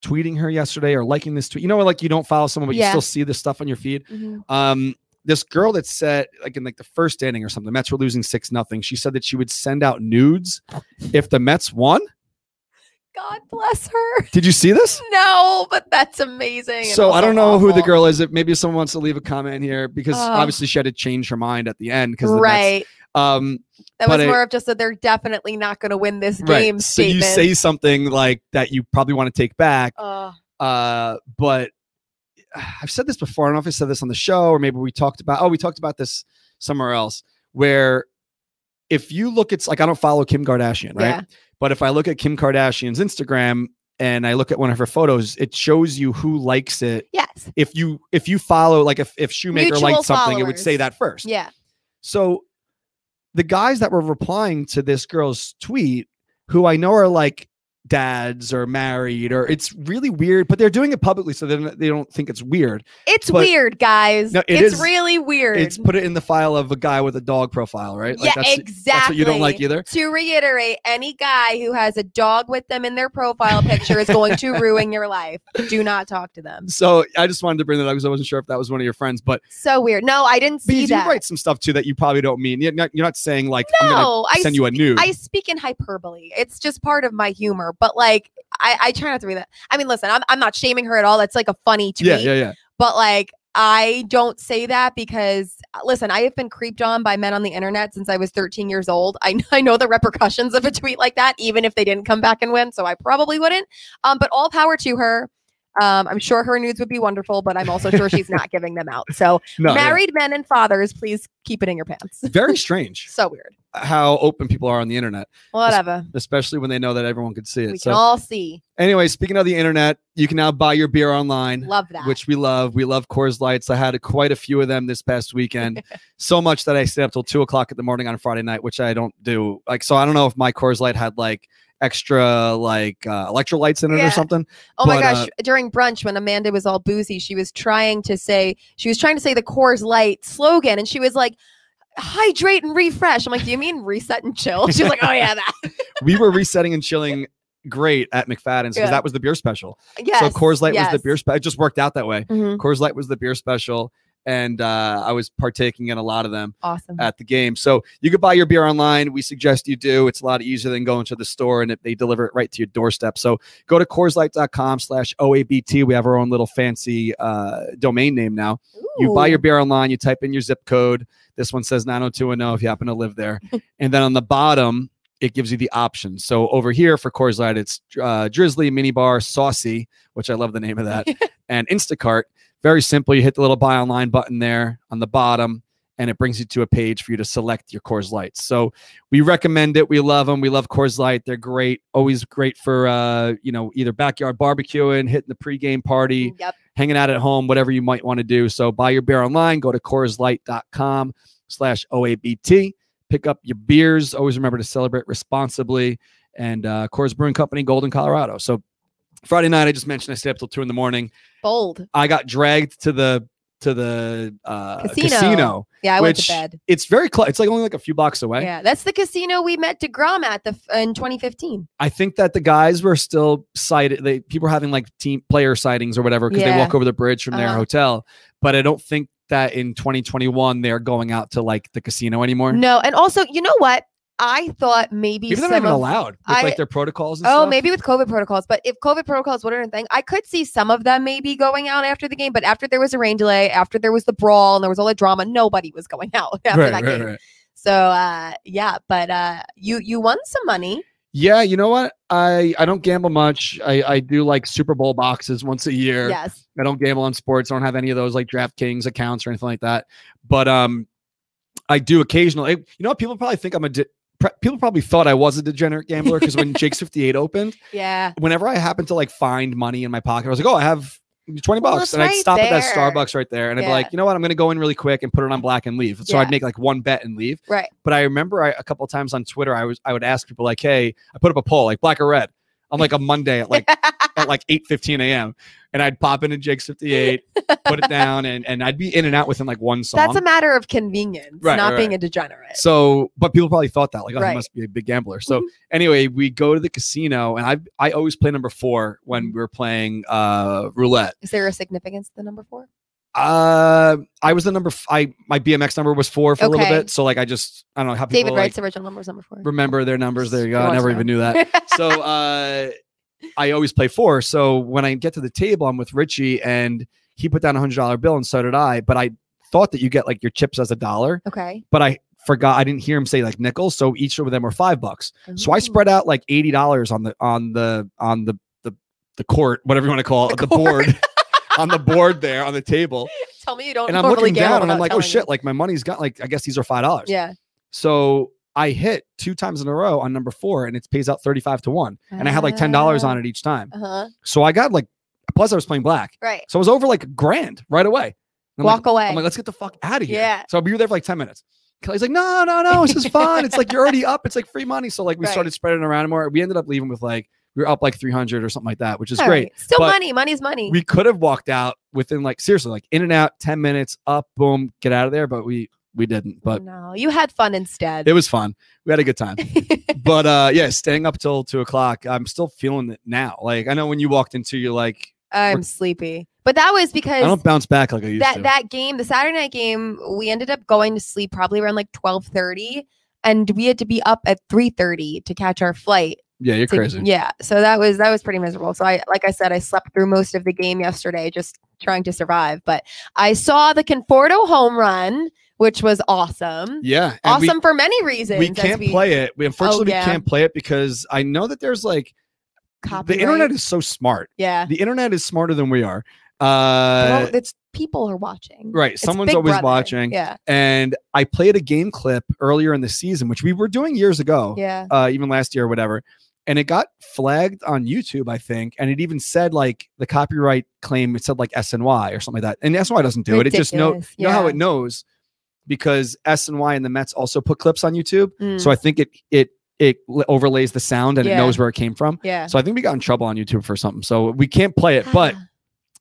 [SPEAKER 3] tweeting her yesterday or liking this tweet. You know, like you don't follow someone, but you
[SPEAKER 4] Yeah.
[SPEAKER 3] still see this stuff on your feed.
[SPEAKER 4] Mhm.
[SPEAKER 3] Um, this girl that said, like in like the first inning or something, the Mets were losing six nothing. She said that she would send out nudes if the Mets won.
[SPEAKER 4] God bless her.
[SPEAKER 3] Did you see this?
[SPEAKER 4] No, but that's amazing. and
[SPEAKER 3] So I
[SPEAKER 4] also
[SPEAKER 3] don't know who the
[SPEAKER 4] awful.
[SPEAKER 3] girl is. If maybe someone wants to leave a comment here because
[SPEAKER 4] Oh.
[SPEAKER 3] obviously she had to change her mind at the end because
[SPEAKER 4] Right.
[SPEAKER 3] um,
[SPEAKER 4] That
[SPEAKER 3] but
[SPEAKER 4] was
[SPEAKER 3] it-
[SPEAKER 4] more of just that they're definitely not going to win this game
[SPEAKER 3] right. So you
[SPEAKER 4] statement.
[SPEAKER 3] say something like that you probably want to take back.
[SPEAKER 4] Ugh.
[SPEAKER 3] Uh, but I've said this before. I don't know if I said this on the show or maybe we talked about. Oh, we talked about this somewhere else. Where if you look at like I don't follow Kim Kardashian, right?
[SPEAKER 4] Yeah.
[SPEAKER 3] But if I look at Kim Kardashian's Instagram and I look at one of her photos, it shows you who likes it.
[SPEAKER 4] yes.
[SPEAKER 3] If you if you follow like if if Shoemaker
[SPEAKER 4] Mutual
[SPEAKER 3] liked something, it would
[SPEAKER 4] followers.
[SPEAKER 3] say that first.
[SPEAKER 4] Yeah.
[SPEAKER 3] So the guys that were replying to this girl's tweet, who I know are like dads or married, or it's really weird, but they're doing it publicly, so then they don't think it's weird.
[SPEAKER 4] It's
[SPEAKER 3] But-
[SPEAKER 4] weird, guys.
[SPEAKER 3] No, it
[SPEAKER 4] it's
[SPEAKER 3] is-
[SPEAKER 4] really weird.
[SPEAKER 3] It's put it in the file of a guy with a dog profile, right?
[SPEAKER 4] yeah,
[SPEAKER 3] that's,
[SPEAKER 4] exactly.
[SPEAKER 3] That's what you don't like either.
[SPEAKER 4] To reiterate, any guy who has a dog with them in their profile picture is going to ruin your life. Do not talk to them.
[SPEAKER 3] So I just wanted to bring that up because I wasn't sure if that was one of your friends, but,
[SPEAKER 4] So weird. No, I didn't
[SPEAKER 3] but
[SPEAKER 4] see
[SPEAKER 3] you do
[SPEAKER 4] that.
[SPEAKER 3] write some stuff too that you probably don't mean. You're not, you're not saying like I'm gonna
[SPEAKER 4] No, I
[SPEAKER 3] send you a nude.
[SPEAKER 4] I speak in hyperbole. It's just part of my humor. But like, I, I try not to read that. I mean, listen, I'm, I'm not shaming her at all. That's like a funny tweet.
[SPEAKER 3] yeah, yeah, yeah.
[SPEAKER 4] But like, I don't say that because uh, listen, I have been creeped on by men on the internet since I was 13 years old. I, I know the repercussions of a tweet like that, even if they didn't come back and win. So I probably wouldn't. Um, but all power to her. Um, I'm sure her nudes would be wonderful, but I'm also sure she's not giving them out. So
[SPEAKER 3] No, yeah.
[SPEAKER 4] married men and fathers, please keep it in your pants.
[SPEAKER 3] Very strange.
[SPEAKER 4] So weird.
[SPEAKER 3] how open people are on the internet,
[SPEAKER 4] Whatever.
[SPEAKER 3] especially when they know that everyone could see
[SPEAKER 4] We
[SPEAKER 3] it.
[SPEAKER 4] can
[SPEAKER 3] So,
[SPEAKER 4] all see.
[SPEAKER 3] anyway, speaking of the internet, you can now buy your beer online.
[SPEAKER 4] Love that.
[SPEAKER 3] Which we love. We love Coors Lights. I had a, quite a few of them this past weekend. so much that I stayed up till two o'clock in the morning on Friday night, which I don't do. Like, so I don't know if my Coors Light had like extra like uh, electrolytes in it
[SPEAKER 4] Yeah.
[SPEAKER 3] or something.
[SPEAKER 4] oh my
[SPEAKER 3] but, uh,
[SPEAKER 4] gosh! During brunch, when Amanda was all boozy, she was trying to say she was trying to say the Coors Light slogan, and she was like, "Hydrate and refresh." I'm like, "Do you mean reset and chill?" She was like, "Oh yeah, that."
[SPEAKER 3] we were resetting and chilling great at McFadden's because
[SPEAKER 4] Yeah.
[SPEAKER 3] that was the beer special.
[SPEAKER 4] Yes.
[SPEAKER 3] so Coors Light was
[SPEAKER 4] yes.
[SPEAKER 3] the beer special. It just worked out that way.
[SPEAKER 4] Mhm.
[SPEAKER 3] Coors Light was the beer special, and uh, I was partaking in a lot of them
[SPEAKER 4] Awesome.
[SPEAKER 3] at the game. So you could buy your beer online. We suggest you do. It's a lot easier than going to the store, and it, they deliver it right to your doorstep. So go to CoorsLight.com slash OABT. We have our own little fancy uh, domain name now. You buy
[SPEAKER 4] Ooh.
[SPEAKER 3] your beer online, you type in your zip code. This one says 90210 if you happen to live there. and then on the bottom, it gives you the options. So over here for Coors Light, it's uh, Drizzly, Minibar, Saucy, which I love the name of that, and Instacart. Very simple. You hit the little buy online button there on the bottom, and it brings you to a page for you to select your Coors Lights. So we recommend it. We love them. We love Coors Light. They're great. Always great for uh, you know either backyard barbecuing, hitting the pregame party
[SPEAKER 4] Yep.
[SPEAKER 3] hanging out at home, whatever you might want to do. So buy your beer online. Go to CoorsLight.com slash OABT. Pick up your beers. Always remember to celebrate responsibly. And uh, Coors Brewing Company, Golden, Colorado. So Friday night, I just mentioned I stayed up till two in the morning.
[SPEAKER 4] Bold.
[SPEAKER 3] I got dragged to the to the uh,
[SPEAKER 4] Casino.
[SPEAKER 3] casino.
[SPEAKER 4] Yeah, I went
[SPEAKER 3] Which-
[SPEAKER 4] to bed.
[SPEAKER 3] It's very close. It's like only like a few blocks away.
[SPEAKER 4] Yeah, that's the casino we met Degrom at the f- in 2015.
[SPEAKER 3] I think that the guys were still cited. They people were having like team player sightings or whatever because
[SPEAKER 4] Yeah.
[SPEAKER 3] they walk over the bridge from their
[SPEAKER 4] Uh-huh.
[SPEAKER 3] hotel. But I don't think that in 2021 they're going out to like the casino anymore.
[SPEAKER 4] No, and also, you know what? I thought maybe
[SPEAKER 3] Maybe they're
[SPEAKER 4] some
[SPEAKER 3] not even
[SPEAKER 4] of-
[SPEAKER 3] allowed with
[SPEAKER 4] I-
[SPEAKER 3] like their protocols. And
[SPEAKER 4] Oh,
[SPEAKER 3] stuff.
[SPEAKER 4] maybe with COVID protocols. But if COVID protocols weren't a thing, I could see some of them maybe going out after the game. But after there was a rain delay, after there was the brawl, and there was all the drama, nobody was going out after
[SPEAKER 3] Right,
[SPEAKER 4] that
[SPEAKER 3] right,
[SPEAKER 4] game.
[SPEAKER 3] right.
[SPEAKER 4] So uh, yeah, but uh, you you won some money.
[SPEAKER 3] Yeah, you know what? I I don't gamble much. I I do like Super Bowl boxes once a year.
[SPEAKER 4] Yes,
[SPEAKER 3] I don't gamble on sports. I don't have any of those like DraftKings accounts or anything like that. But um, I do occasionally. You know, what? people probably think I'm a. De- pre- people probably thought I was a degenerate gambler because when Jake's 58 opened,
[SPEAKER 4] yeah.
[SPEAKER 3] whenever I happened to like find money in my pocket, I was like, oh, I have. 20
[SPEAKER 4] Well,
[SPEAKER 3] bucks
[SPEAKER 4] it's
[SPEAKER 3] and I'd
[SPEAKER 4] right
[SPEAKER 3] stop at
[SPEAKER 4] there.
[SPEAKER 3] that Starbucks right there and I'd
[SPEAKER 4] Yeah.
[SPEAKER 3] be like, you know what? I'm going to go in really quick and put it on black and leave. So
[SPEAKER 4] Yeah.
[SPEAKER 3] I'd make like one bet and leave.
[SPEAKER 4] Right.
[SPEAKER 3] But I remember I, a couple of times on Twitter, I was, I would ask people like, Hey, I put up a poll like black or red on like a Monday at like at like eight fifteen a.m. And I'd pop into Jake's 58, put it down, and, and I'd be in and out within like one song.
[SPEAKER 4] That's a matter of convenience,
[SPEAKER 3] Right,
[SPEAKER 4] not
[SPEAKER 3] right,
[SPEAKER 4] being a degenerate.
[SPEAKER 3] so, but people probably thought that, like, oh,
[SPEAKER 4] Right.
[SPEAKER 3] he must be a big gambler. So,
[SPEAKER 4] Mhm.
[SPEAKER 3] anyway, we go to the casino, and I I always play number four
[SPEAKER 4] Mm-hmm.
[SPEAKER 3] when we're playing uh, roulette.
[SPEAKER 4] Is there a significance to the number four?
[SPEAKER 3] Uh, I was the number, f- I my BMX number was four for a little
[SPEAKER 4] Okay.
[SPEAKER 3] bit. So, like, I just, I don't know how people
[SPEAKER 4] David
[SPEAKER 3] like,
[SPEAKER 4] Wright's original number was number four.
[SPEAKER 3] remember their numbers. There you go.
[SPEAKER 4] Who
[SPEAKER 3] I
[SPEAKER 4] wants
[SPEAKER 3] never
[SPEAKER 4] to
[SPEAKER 3] even knew that. so uh, I always play four. So when I get to the table, I'm with Richie, and he put down a hundred dollar bill, and so did I. But I thought that you get like your chips as a dollar,
[SPEAKER 4] okay.
[SPEAKER 3] but I forgot. I didn't hear him say like nickels, so each of them were five bucks. So I
[SPEAKER 4] Ooh.
[SPEAKER 3] spread out like eighty dollars on the on the on the the the court, whatever you want to call it,
[SPEAKER 4] The
[SPEAKER 3] the, board. on the board there on the table
[SPEAKER 4] Tell me you don't.
[SPEAKER 3] and i'm
[SPEAKER 4] normally
[SPEAKER 3] looking down and
[SPEAKER 4] gamble
[SPEAKER 3] i'm
[SPEAKER 4] without
[SPEAKER 3] like oh
[SPEAKER 4] telling me.
[SPEAKER 3] shit like my money's got like i guess these are five dollars
[SPEAKER 4] Yeah.
[SPEAKER 3] so i hit two times in a row on number four and it pays out 35 to one and I had like ten dollars on it each time.
[SPEAKER 4] Uh huh.
[SPEAKER 3] So I got like plus I was playing black,
[SPEAKER 4] Right.
[SPEAKER 3] so I was over like a grand right away. And I'm
[SPEAKER 4] Walk
[SPEAKER 3] like,
[SPEAKER 4] away.
[SPEAKER 3] I'm like, let's get the fuck out of here.
[SPEAKER 4] Yeah.
[SPEAKER 3] So we were there for like ten minutes. Kelly's like, no, no, no, it's just fun. It's like you're already up. It's like free money. So like we
[SPEAKER 4] Right.
[SPEAKER 3] started spreading around more. We ended up leaving with like we were up like 300 or something like that, which is
[SPEAKER 4] All
[SPEAKER 3] great.
[SPEAKER 4] right. Still
[SPEAKER 3] but
[SPEAKER 4] money. Money's money.
[SPEAKER 3] We could have walked out within like seriously like in and out 10 minutes up, boom, get out of there. But we we didn't. But
[SPEAKER 4] no, you had fun instead.
[SPEAKER 3] it was fun. We had a good time. but uh yeah, staying up till two o'clock, I'm still feeling it now. Like I know when you walked into, you're like,
[SPEAKER 4] I'm sleepy. But that was
[SPEAKER 3] I
[SPEAKER 4] because
[SPEAKER 3] don't bounce back like I used to.
[SPEAKER 4] that that game, the Saturday night game, we ended up going to sleep probably around like 12:30 and we had to be up at 3:30 to catch our flight.
[SPEAKER 3] yeah, you're
[SPEAKER 4] to-
[SPEAKER 3] crazy.
[SPEAKER 4] Yeah. So that was that was pretty miserable. So I like I said I slept through most of the game yesterday just trying to survive, but I saw the Conforto home run, which was awesome.
[SPEAKER 3] Yeah, and we-
[SPEAKER 4] awesome for many reasons.
[SPEAKER 3] We
[SPEAKER 4] as Oh,
[SPEAKER 3] can't play it. We unfortunately
[SPEAKER 4] yeah.
[SPEAKER 3] we can't play it because I know that there's like the
[SPEAKER 4] copyright.
[SPEAKER 3] internet is so smart.
[SPEAKER 4] Yeah.
[SPEAKER 3] The internet is smarter than we are. Uh,
[SPEAKER 4] Well, it's people are watching.
[SPEAKER 3] right.
[SPEAKER 4] It's
[SPEAKER 3] Someone's
[SPEAKER 4] Big
[SPEAKER 3] always
[SPEAKER 4] Brother.
[SPEAKER 3] watching.
[SPEAKER 4] Yeah.
[SPEAKER 3] And I played a game clip earlier in the season, which we were doing years ago,
[SPEAKER 4] Yeah.
[SPEAKER 3] uh, even last year or whatever. And it got flagged on YouTube, I think. And it even said like the copyright claim, it said like SNY or something like that. And SNY doesn't do it. It just know,
[SPEAKER 4] Ridiculous,
[SPEAKER 3] you know how
[SPEAKER 4] yeah.
[SPEAKER 3] it knows because SNY and the Mets also put clips on YouTube.
[SPEAKER 4] Mm,
[SPEAKER 3] So I think it, it, it l- overlays the sound and it
[SPEAKER 4] Yeah.
[SPEAKER 3] knows where it came from.
[SPEAKER 4] yeah.
[SPEAKER 3] So I think we got in trouble on YouTube for something. So we can't play it. But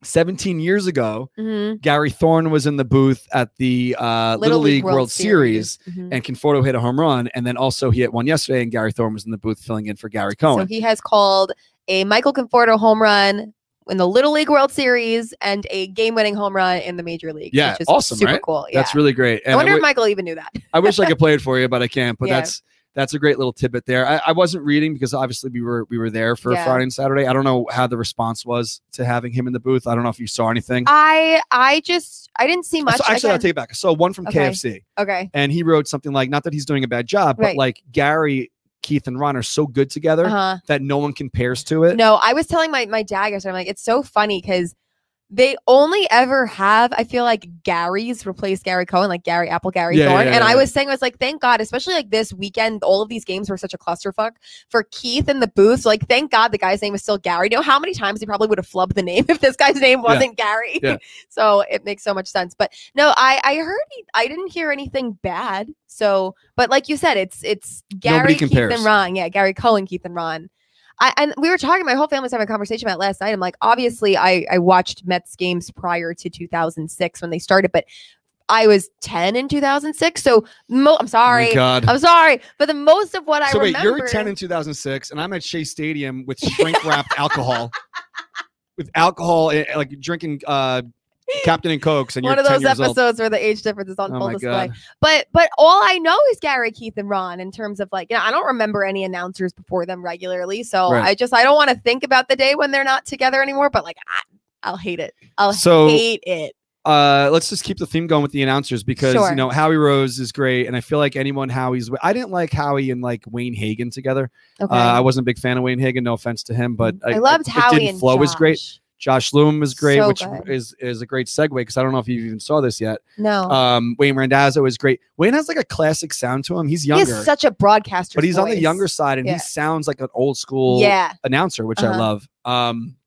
[SPEAKER 3] 17 years ago,
[SPEAKER 4] Mhm.
[SPEAKER 3] Gary Thorne was in the booth at the uh, Little, League, World, Series,
[SPEAKER 4] Mhm.
[SPEAKER 3] and Conforto hit a home run, and then also he hit one yesterday, and Gary Thorne was in the booth filling in for Gary
[SPEAKER 4] So
[SPEAKER 3] Cohen.
[SPEAKER 4] he has called a Michael Conforto home run in the Little League World Series and a game-winning home run in the Major League.
[SPEAKER 3] Yeah,
[SPEAKER 4] which is
[SPEAKER 3] awesome,
[SPEAKER 4] super
[SPEAKER 3] right?
[SPEAKER 4] cool.
[SPEAKER 3] that's
[SPEAKER 4] yeah.
[SPEAKER 3] really great. And
[SPEAKER 4] I
[SPEAKER 3] I
[SPEAKER 4] wonder if
[SPEAKER 3] wi-
[SPEAKER 4] Michael even knew that.
[SPEAKER 3] I wish I could play it for you, but I can't. But
[SPEAKER 4] Yeah.
[SPEAKER 3] that's that's a great little tidbit there. I, I wasn't reading because obviously we were we were there for
[SPEAKER 4] Yeah.
[SPEAKER 3] Friday and Saturday. I don't know how the response was to having him in the booth. I don't know if you saw anything.
[SPEAKER 4] I I just I didn't see
[SPEAKER 3] I
[SPEAKER 4] much.
[SPEAKER 3] saw- actually, I'll
[SPEAKER 4] Again-
[SPEAKER 3] take it back. I saw one from
[SPEAKER 4] Okay.
[SPEAKER 3] KFC,
[SPEAKER 4] okay.
[SPEAKER 3] and he wrote something like, "Not that he's doing a bad job, but
[SPEAKER 4] Right.
[SPEAKER 3] like Gary, Keith, and Ron are so good together
[SPEAKER 4] Uh-huh.
[SPEAKER 3] that no one compares to it."
[SPEAKER 4] No, I was telling my my dad yesterday. I'm like, it's so funny because they only ever have. I feel like Gary's replaced Gary Cohen, like Gary Apple, Gary
[SPEAKER 3] Yeah,
[SPEAKER 4] Thorne.
[SPEAKER 3] yeah,
[SPEAKER 4] and
[SPEAKER 3] yeah,
[SPEAKER 4] I
[SPEAKER 3] yeah.
[SPEAKER 4] was saying, I was like, thank God, especially like this weekend, all of these games were such a clusterfuck for Keith in the booth. Like, thank God the guy's name is still Gary. You know how many times he probably would have flubbed the name if this guy's name wasn't Gary.
[SPEAKER 3] Yeah.
[SPEAKER 4] so it makes so much sense. But no, I I heard he, I didn't hear anything bad. So, but like you said, it's it's Gary
[SPEAKER 3] Nobody
[SPEAKER 4] Keith
[SPEAKER 3] compares.
[SPEAKER 4] and Ron. Yeah, Gary Cohen, Keith and Ron. I and we were talking. My whole family was having a conversation about it last night. I'm like, obviously, I I watched Mets games prior to 2006 when they started, but I was 10 in 2006. So mo-
[SPEAKER 3] Oh
[SPEAKER 4] I'm
[SPEAKER 3] my
[SPEAKER 4] sorry,
[SPEAKER 3] God.
[SPEAKER 4] I'm sorry, but the most of what I
[SPEAKER 3] so wait,
[SPEAKER 4] remember.
[SPEAKER 3] you were 10 in 2006, and I'm at Shea Stadium with shrink wrapped alcohol, with alcohol, eh, like drinking uh, Captain and Cokes, and you're
[SPEAKER 4] one of
[SPEAKER 3] 10
[SPEAKER 4] those
[SPEAKER 3] years old.
[SPEAKER 4] episodes where the age difference is on
[SPEAKER 3] Oh
[SPEAKER 4] full
[SPEAKER 3] my
[SPEAKER 4] display.
[SPEAKER 3] God.
[SPEAKER 4] But but all I know is Gary, Keith, and Ron in terms of like, you know, I don't remember any announcers before them regularly. So
[SPEAKER 3] Right.
[SPEAKER 4] I just I don't want to think about the day when they're not together anymore. But like, I, I'll hate it. I'll
[SPEAKER 3] So
[SPEAKER 4] hate it.
[SPEAKER 3] uh, let's just keep the theme going with the announcers because
[SPEAKER 4] Sure.
[SPEAKER 3] you know Howie Rose is great, and I feel like anyone Howie's. I didn't like Howie and like Wayne Hagan together.
[SPEAKER 4] Okay.
[SPEAKER 3] Uh, I wasn't a big fan of Wayne Hagan. No offense to him, but
[SPEAKER 4] I loved
[SPEAKER 3] it
[SPEAKER 4] Howie
[SPEAKER 3] didn't
[SPEAKER 4] and
[SPEAKER 3] flow
[SPEAKER 4] Josh.
[SPEAKER 3] as great. Josh Loom is great,
[SPEAKER 4] So
[SPEAKER 3] which
[SPEAKER 4] good.
[SPEAKER 3] is is a great segue because I don't know if you even saw this yet.
[SPEAKER 4] No,
[SPEAKER 3] Um, Wayne Randazzo is great. Wayne has like a classic sound to him. He's
[SPEAKER 4] he
[SPEAKER 3] younger.
[SPEAKER 4] has such a broadcaster,
[SPEAKER 3] but he's on the younger side and
[SPEAKER 4] Yeah.
[SPEAKER 3] he sounds like an old school
[SPEAKER 4] Yeah,
[SPEAKER 3] announcer, which I
[SPEAKER 4] Uh-huh.
[SPEAKER 3] love. Um,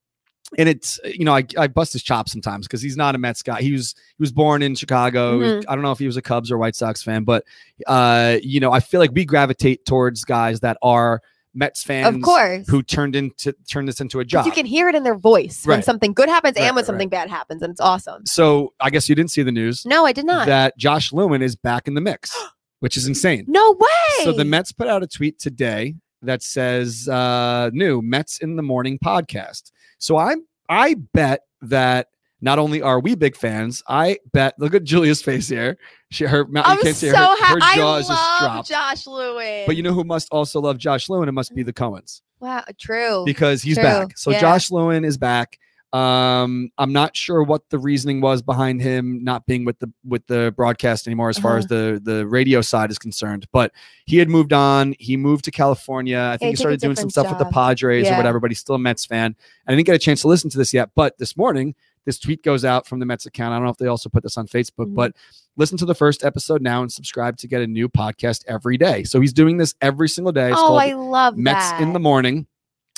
[SPEAKER 3] and it's you know I, I bust his chops sometimes because he's not a Mets guy. He was he was born in Chicago. He-
[SPEAKER 4] Mhm.
[SPEAKER 3] I don't know if he was a Cubs or White Sox fan, but uh, you know I feel like we gravitate towards guys that are Mets fans,
[SPEAKER 4] of course.
[SPEAKER 3] who turned into turned this into a
[SPEAKER 4] 'Cause
[SPEAKER 3] job.
[SPEAKER 4] you can hear it in their voice when
[SPEAKER 3] Right.
[SPEAKER 4] something good happens
[SPEAKER 3] Right,
[SPEAKER 4] and when
[SPEAKER 3] right,
[SPEAKER 4] something bad happens, and it's awesome.
[SPEAKER 3] so I guess you didn't see the news
[SPEAKER 4] No, I did not.
[SPEAKER 3] that Josh Lumen is back in the mix, which is insane.
[SPEAKER 4] no way.
[SPEAKER 3] So the Mets put out a tweet today that says uh, new Mets in the morning podcast. So I I bet that not only are we big fans, I bet look at Julia's face here. She her mouth
[SPEAKER 4] I'm
[SPEAKER 3] you can't see
[SPEAKER 4] so
[SPEAKER 3] her, her
[SPEAKER 4] happy. I
[SPEAKER 3] jaw
[SPEAKER 4] love
[SPEAKER 3] is just dropped.
[SPEAKER 4] Josh Lewis.
[SPEAKER 3] But you know who must also love Josh Lewin? It must be the Cohens
[SPEAKER 4] wow, true.
[SPEAKER 3] because he's
[SPEAKER 4] True.
[SPEAKER 3] back. So
[SPEAKER 4] Yeah.
[SPEAKER 3] Josh Lewin is back. Um, I'm not sure what the reasoning was behind him not being with the with the broadcast anymore, as far as
[SPEAKER 4] Uh-huh.
[SPEAKER 3] the the radio side is concerned. But he had moved on. He moved to California. I think
[SPEAKER 4] he
[SPEAKER 3] he
[SPEAKER 4] took a
[SPEAKER 3] started doing some
[SPEAKER 4] different
[SPEAKER 3] stuff with the
[SPEAKER 4] job.
[SPEAKER 3] Padres or
[SPEAKER 4] Yeah.
[SPEAKER 3] whatever. But he's still a Mets fan. I didn't get a chance to listen to this yet. But this morning, this tweet goes out from the Mets account. I don't know if they also put this on Facebook,
[SPEAKER 4] Mhm.
[SPEAKER 3] but listen to the first episode now and subscribe to get a new podcast every day. So he's doing this every single day. It's
[SPEAKER 4] oh,
[SPEAKER 3] called
[SPEAKER 4] I love
[SPEAKER 3] Mets
[SPEAKER 4] that.
[SPEAKER 3] in the morning.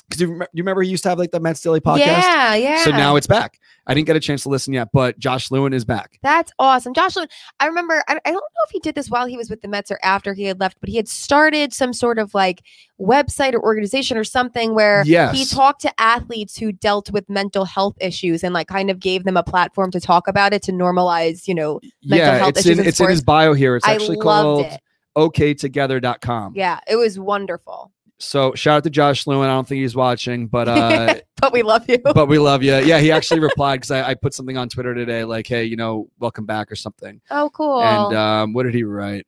[SPEAKER 3] Because you, remem- you remember he used to have like the Mets Daily podcast.
[SPEAKER 4] Yeah, yeah.
[SPEAKER 3] So now it's back. I didn't get a chance to listen yet, but Josh Lewin is back.
[SPEAKER 4] That's awesome. Josh Lewin, I remember, I, I don't know if he did this while he was with the Mets or after he had left, but he had started some sort of like website or organization or something where he
[SPEAKER 3] Yes.
[SPEAKER 4] talked to athletes who dealt with mental health issues and like kind of gave them a platform to talk about it to normalize, you know, Mental
[SPEAKER 3] yeah,
[SPEAKER 4] health
[SPEAKER 3] it's
[SPEAKER 4] issues
[SPEAKER 3] in
[SPEAKER 4] in
[SPEAKER 3] it's in his
[SPEAKER 4] sports.
[SPEAKER 3] bio here. It's actually
[SPEAKER 4] I loved
[SPEAKER 3] called
[SPEAKER 4] it.
[SPEAKER 3] oktogether.com.
[SPEAKER 4] Yeah, it was wonderful.
[SPEAKER 3] So shout out to Josh Lewin. I don't think he's watching, but uh
[SPEAKER 4] But we love you.
[SPEAKER 3] but we love you. Yeah, he actually replied because I, I put something on Twitter today like, hey, you know, welcome back or something.
[SPEAKER 4] oh, cool.
[SPEAKER 3] And um, what did he write?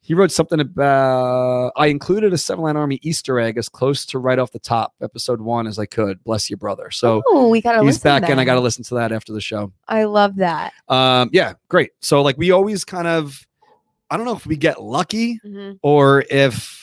[SPEAKER 3] He wrote something about I included a Seven Line Army Easter egg as close to right off the top, episode one, as I could. Bless you, brother. So
[SPEAKER 4] oh, we gotta
[SPEAKER 3] he's
[SPEAKER 4] listen
[SPEAKER 3] back, and I
[SPEAKER 4] then.
[SPEAKER 3] got to listen to that after the show.
[SPEAKER 4] I love that.
[SPEAKER 3] Um, yeah, great. So like we always kind of, I don't know if we get lucky
[SPEAKER 4] Mhm.
[SPEAKER 3] or if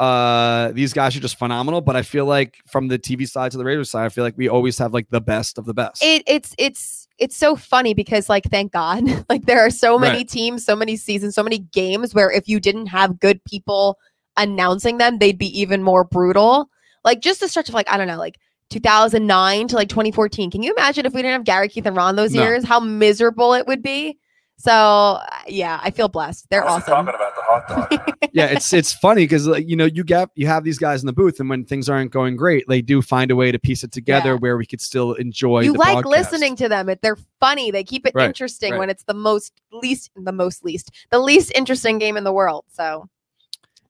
[SPEAKER 3] uh these guys are just phenomenal, but I feel like from the TV side to the radio side, I feel like we always have like the best of the best.
[SPEAKER 4] It it's it's it's so funny because like thank God, like there are so many
[SPEAKER 3] Right.
[SPEAKER 4] teams, so many seasons, so many games where if you didn't have good people announcing them, they'd be even more brutal. Like just the stretch of like I don't know, like 2009 to like 2014. Can you imagine if we didn't have Gary Keith and Ron those
[SPEAKER 3] No.
[SPEAKER 4] years? How miserable it would be. So uh, yeah, I feel blessed. They're
[SPEAKER 2] Wasn't
[SPEAKER 4] awesome.
[SPEAKER 2] Talking about the hot dog.
[SPEAKER 3] yeah, it's it's funny because like, you know you get you have these guys in the booth, and when things aren't going great, they do find a way to piece it together
[SPEAKER 4] Yeah.
[SPEAKER 3] where we could still enjoy.
[SPEAKER 4] you
[SPEAKER 3] the
[SPEAKER 4] like
[SPEAKER 3] broadcast.
[SPEAKER 4] listening to them. It, they're funny. They keep it
[SPEAKER 3] Right,
[SPEAKER 4] interesting
[SPEAKER 3] right.
[SPEAKER 4] when it's the most least, the most least, the least interesting game in the world. So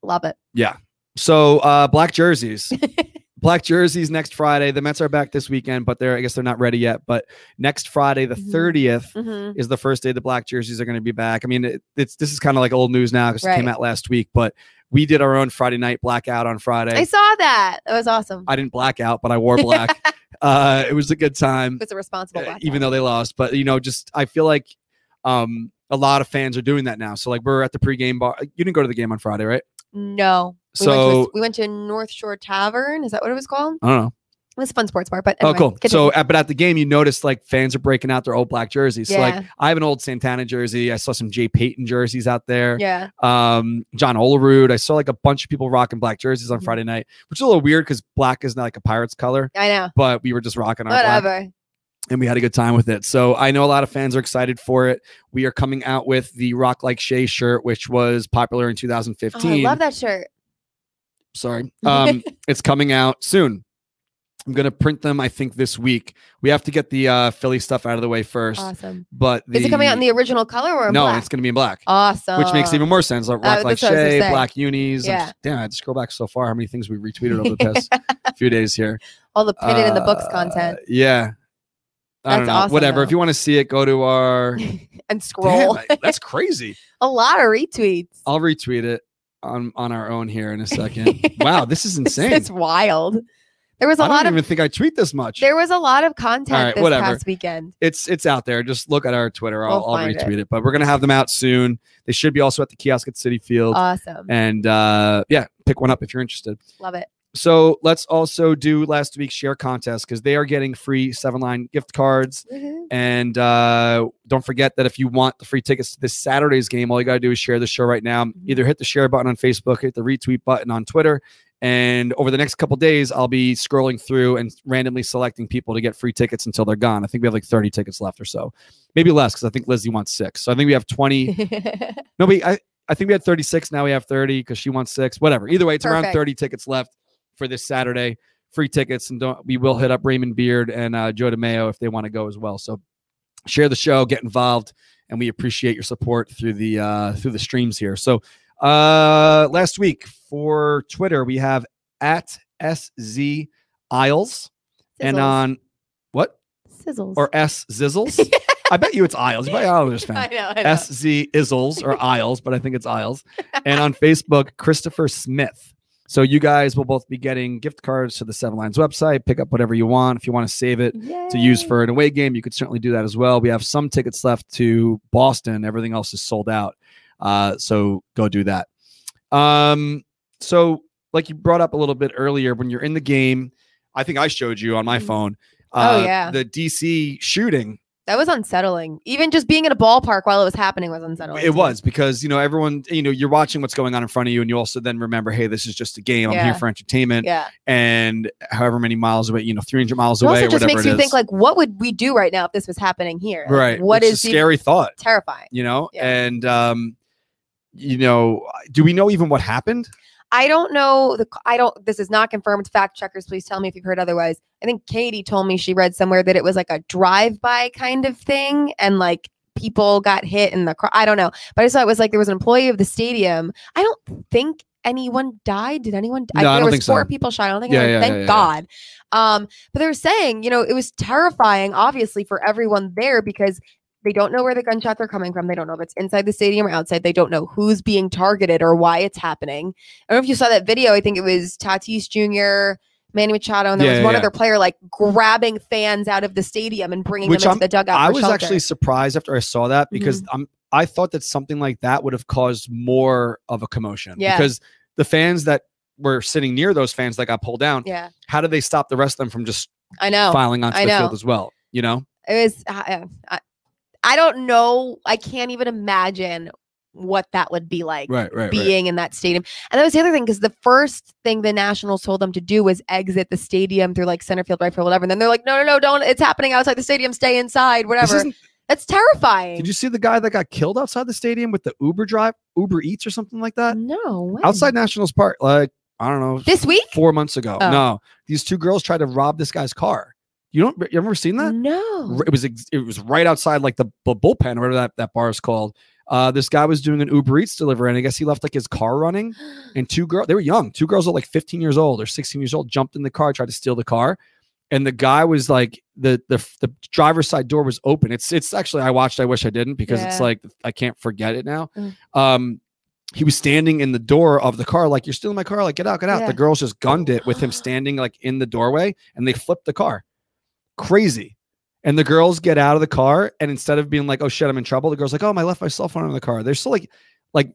[SPEAKER 4] love it.
[SPEAKER 3] So uh, black jerseys. Black jerseys next Friday. The Mets are back this weekend, but they're I guess they're not ready yet. But next Friday, the
[SPEAKER 4] Mhm.
[SPEAKER 3] 30th
[SPEAKER 4] Mhm.
[SPEAKER 3] is the first day the black jerseys are going to be back. I mean, it, it's this is kind of like old news now because it came
[SPEAKER 4] Right.
[SPEAKER 3] out last week, but we did our own Friday night blackout on Friday.
[SPEAKER 4] I saw that. That was awesome.
[SPEAKER 3] I didn't black out, but I wore black. uh, it was a good time,
[SPEAKER 4] it was a responsible
[SPEAKER 3] uh,
[SPEAKER 4] blackout.
[SPEAKER 3] even though they lost. But you know, just I feel like um, a lot of fans are doing that now. So like we're at the pregame bar. uh, You didn't go to the game on Friday, right?
[SPEAKER 4] no. We went, to a,
[SPEAKER 3] So-
[SPEAKER 4] we went to North Shore Tavern. Is that what it was called?
[SPEAKER 3] I don't know.
[SPEAKER 4] It was a fun sports bar, but
[SPEAKER 3] Oh,
[SPEAKER 4] anyway,
[SPEAKER 3] cool.
[SPEAKER 4] continue.
[SPEAKER 3] So, uh, but at the game, you noticed like fans are breaking out their old black jerseys. So, like,
[SPEAKER 4] Yeah.
[SPEAKER 3] I have an old Santana jersey. I saw some Jay Payton jerseys out there.
[SPEAKER 4] yeah,
[SPEAKER 3] um John Olerud. I saw like a bunch of people rocking black jerseys on
[SPEAKER 4] Mhm.
[SPEAKER 3] Friday night, which is a little weird because black is not like a pirate's color,
[SPEAKER 4] I know.
[SPEAKER 3] but we were just rocking our black
[SPEAKER 4] Whatever. Oh,
[SPEAKER 3] and we had a good time with it. So I know a lot of fans are excited for it. We are coming out with the Rock Like Shay shirt, which was popular in
[SPEAKER 4] Oh,
[SPEAKER 3] 2015.
[SPEAKER 4] I love that shirt.
[SPEAKER 3] Sorry. Um it's coming out soon. I'm gonna print them, I think, this week. We have to get the uh Philly stuff out of the way first.
[SPEAKER 4] Awesome.
[SPEAKER 3] but the,
[SPEAKER 4] Is it coming out in the original color or in
[SPEAKER 3] No,
[SPEAKER 4] black?
[SPEAKER 3] it's gonna be in black
[SPEAKER 4] awesome.
[SPEAKER 3] which makes even more sense. Like,
[SPEAKER 4] Uh,
[SPEAKER 3] rock like
[SPEAKER 4] that's what I was gonna
[SPEAKER 3] Shay,
[SPEAKER 4] say.
[SPEAKER 3] black unis. I'm
[SPEAKER 4] Yeah.
[SPEAKER 3] just- damn, I just scroll back so far. How many things we retweeted over the past few days here?
[SPEAKER 4] all the pin it in the books
[SPEAKER 3] Uh,
[SPEAKER 4] content
[SPEAKER 3] Yeah. I don't
[SPEAKER 4] That's
[SPEAKER 3] know.
[SPEAKER 4] awesome,
[SPEAKER 3] Whatever. If
[SPEAKER 4] though.
[SPEAKER 3] you want to see it, go to our.
[SPEAKER 4] and scroll.
[SPEAKER 3] Damn, I- that's crazy.
[SPEAKER 4] a lot of retweets.
[SPEAKER 3] I'll retweet it on on our own here in a second. wow, this is
[SPEAKER 4] It's-
[SPEAKER 3] insane.
[SPEAKER 4] It's wild. There was a
[SPEAKER 3] I
[SPEAKER 4] lot
[SPEAKER 3] don't
[SPEAKER 4] of
[SPEAKER 3] even think I tweet this much.
[SPEAKER 4] there was a lot of content
[SPEAKER 3] All right,
[SPEAKER 4] this
[SPEAKER 3] whatever.
[SPEAKER 4] past weekend.
[SPEAKER 3] it's it's out there. Just look at our Twitter. I'll,
[SPEAKER 4] We'll
[SPEAKER 3] I'll
[SPEAKER 4] find it.
[SPEAKER 3] retweet it. But we're gonna have them out soon. They should be also at the kiosk at City Field.
[SPEAKER 4] Awesome.
[SPEAKER 3] and uh, yeah, pick one up if you're interested.
[SPEAKER 4] Love it.
[SPEAKER 3] So let's also do last week's share contest because they are getting free seven line gift cards.
[SPEAKER 4] Woohoo.
[SPEAKER 3] And uh, don't forget that if you want the free tickets to this Saturday's game, all you got to do is share the show right now. Either hit the share button on Facebook, hit the retweet button on Twitter. And over the next couple days, I'll be scrolling through and randomly selecting people to get free tickets until they're gone. I think we have like 30 tickets left or so, maybe less because I think Lizzie wants six. So I think we have 20. no, we, I, I think we had 36. Now we have 30 because she wants six. Whatever. Either way, it's around
[SPEAKER 4] Perfect.
[SPEAKER 3] 30 tickets left for this Saturday. Free tickets, and don't, we will hit up Raymond Beard and uh, Joe DeMeo if they want to go as well. So share the show, get involved, and we appreciate your support through the uh, through the streams here. So uh, last week for Twitter, we have at SZ Isles and
[SPEAKER 4] Sizzles.
[SPEAKER 3] on what
[SPEAKER 4] sizzles.
[SPEAKER 3] or S Zizzles. I bet you it's Isles. You might be an Islanders fan.
[SPEAKER 4] I know. I know.
[SPEAKER 3] SZ Izzles or Isles, but I think it's Isles. And on Facebook, Christopher Smith. So you guys will both be getting gift cards to the Seven Lines website. Pick up whatever you want. If you want to save it to use
[SPEAKER 4] Yay.
[SPEAKER 3] for an away game, you could certainly do that as well. We have some tickets left to Boston. Everything else is sold out. Uh, so go do that. Um, so like you brought up a little bit earlier, when you're in the game, I think I showed you on my
[SPEAKER 4] Mhm.
[SPEAKER 3] phone. uh,
[SPEAKER 4] Oh, yeah.
[SPEAKER 3] the DC shooting
[SPEAKER 4] That was unsettling. Even just being in a ballpark while it was happening was unsettling.
[SPEAKER 3] It
[SPEAKER 4] too.
[SPEAKER 3] was because you know everyone, you know, you're watching what's going on in front of you, and you also then remember, hey, this is just a game. I'm here
[SPEAKER 4] Yeah.
[SPEAKER 3] for entertainment,
[SPEAKER 4] Yeah.
[SPEAKER 3] and however many miles away, you know, 300 miles
[SPEAKER 4] It
[SPEAKER 3] away,
[SPEAKER 4] also
[SPEAKER 3] or
[SPEAKER 4] just
[SPEAKER 3] whatever
[SPEAKER 4] makes
[SPEAKER 3] it
[SPEAKER 4] you
[SPEAKER 3] is.
[SPEAKER 4] think like, what would we do right now if this was happening here? Like,
[SPEAKER 3] right?
[SPEAKER 4] What
[SPEAKER 3] which
[SPEAKER 4] is
[SPEAKER 3] a
[SPEAKER 4] even
[SPEAKER 3] scary thought?
[SPEAKER 4] terrifying?
[SPEAKER 3] You know,
[SPEAKER 4] Yeah.
[SPEAKER 3] and um, you know, do we know even what happened?
[SPEAKER 4] I don't know. The I don't. This is not confirmed. Fact checkers, please tell me if you've heard otherwise. I think Katie told me she read somewhere that it was like a drive-by kind of thing, and like people got hit in the car. I don't know, but I saw it was like there was an employee of the stadium. I don't think anyone died. Did anyone?
[SPEAKER 3] No, I
[SPEAKER 4] there
[SPEAKER 3] don't
[SPEAKER 4] was
[SPEAKER 3] think so.
[SPEAKER 4] four people shot. I don't think.
[SPEAKER 3] Yeah,
[SPEAKER 4] anyone,
[SPEAKER 3] yeah,
[SPEAKER 4] thank
[SPEAKER 3] yeah, yeah.
[SPEAKER 4] God. Um, but they were saying, you know, it was terrifying, obviously, for everyone there because they don't know where the gunshots are coming from. They don't know if it's inside the stadium or outside. They don't know who's being targeted or why it's happening. I don't know if you saw that video. I think it was Tatis Jr., Manny Machado, and there
[SPEAKER 3] Yeah,
[SPEAKER 4] was
[SPEAKER 3] yeah,
[SPEAKER 4] one
[SPEAKER 3] yeah.
[SPEAKER 4] other player like grabbing fans out of the stadium and bringing
[SPEAKER 3] Which
[SPEAKER 4] them
[SPEAKER 3] I'm-
[SPEAKER 4] into the dugout.
[SPEAKER 3] I
[SPEAKER 4] for
[SPEAKER 3] was
[SPEAKER 4] shelter. Mm-hmm.
[SPEAKER 3] actually surprised after I saw that because I'm I thought that something like that would have caused more of a commotion
[SPEAKER 4] Yeah.
[SPEAKER 3] because the fans that were sitting near those fans that got pulled down,
[SPEAKER 4] yeah,
[SPEAKER 3] how did they stop the rest of them from just
[SPEAKER 4] I know.
[SPEAKER 3] filing onto
[SPEAKER 4] I
[SPEAKER 3] the
[SPEAKER 4] know.
[SPEAKER 3] field as well? You know,
[SPEAKER 4] It was. I, I, I don't know. I can't even imagine what that would be like
[SPEAKER 3] Right, right, right.
[SPEAKER 4] being in that stadium. And that was the other thing because the first thing the Nationals told them to do was exit the stadium through like center field, right field, whatever. And then they're like, no, no, no, don't. It's happening outside the stadium. Stay inside,
[SPEAKER 3] This
[SPEAKER 4] whatever.
[SPEAKER 3] isn't-
[SPEAKER 4] That's terrifying.
[SPEAKER 3] Did you see the guy that got killed outside the stadium with the Uber drive, Uber Eats or something like that?
[SPEAKER 4] no. when?
[SPEAKER 3] Outside Nationals Park, like I don't know,
[SPEAKER 4] This week?
[SPEAKER 3] four months ago.
[SPEAKER 4] Oh.
[SPEAKER 3] No, these two girls tried to rob this guy's car. You don't, you ever seen that?
[SPEAKER 4] No.
[SPEAKER 3] r- it was ex- it was right outside like the, bu- bullpen or whatever that, that bar is called. Uh, this guy was doing an Uber Eats delivery, and I guess he left like his car running. And two girls, they were young. Two girls were like 15 years old or 16 years old, jumped in the car, tried to steal the car. And the guy was like the the f- the driver's side door was open. It's it's actually I watched. I wish I didn't because it's
[SPEAKER 4] Yeah.
[SPEAKER 3] like I can't forget it now.
[SPEAKER 4] Mm.
[SPEAKER 3] Um, he was standing in the door of the car, like you're stealing my car, like get out, get out.
[SPEAKER 4] Yeah.
[SPEAKER 3] The girls just gunned it with him standing like in the doorway, and they flipped the car. Crazy. And the girls get out of the car, and instead of being like, "Oh shit, I'm in trouble," the girls like, "Oh, I left my cell phone in the car." They're still like, like,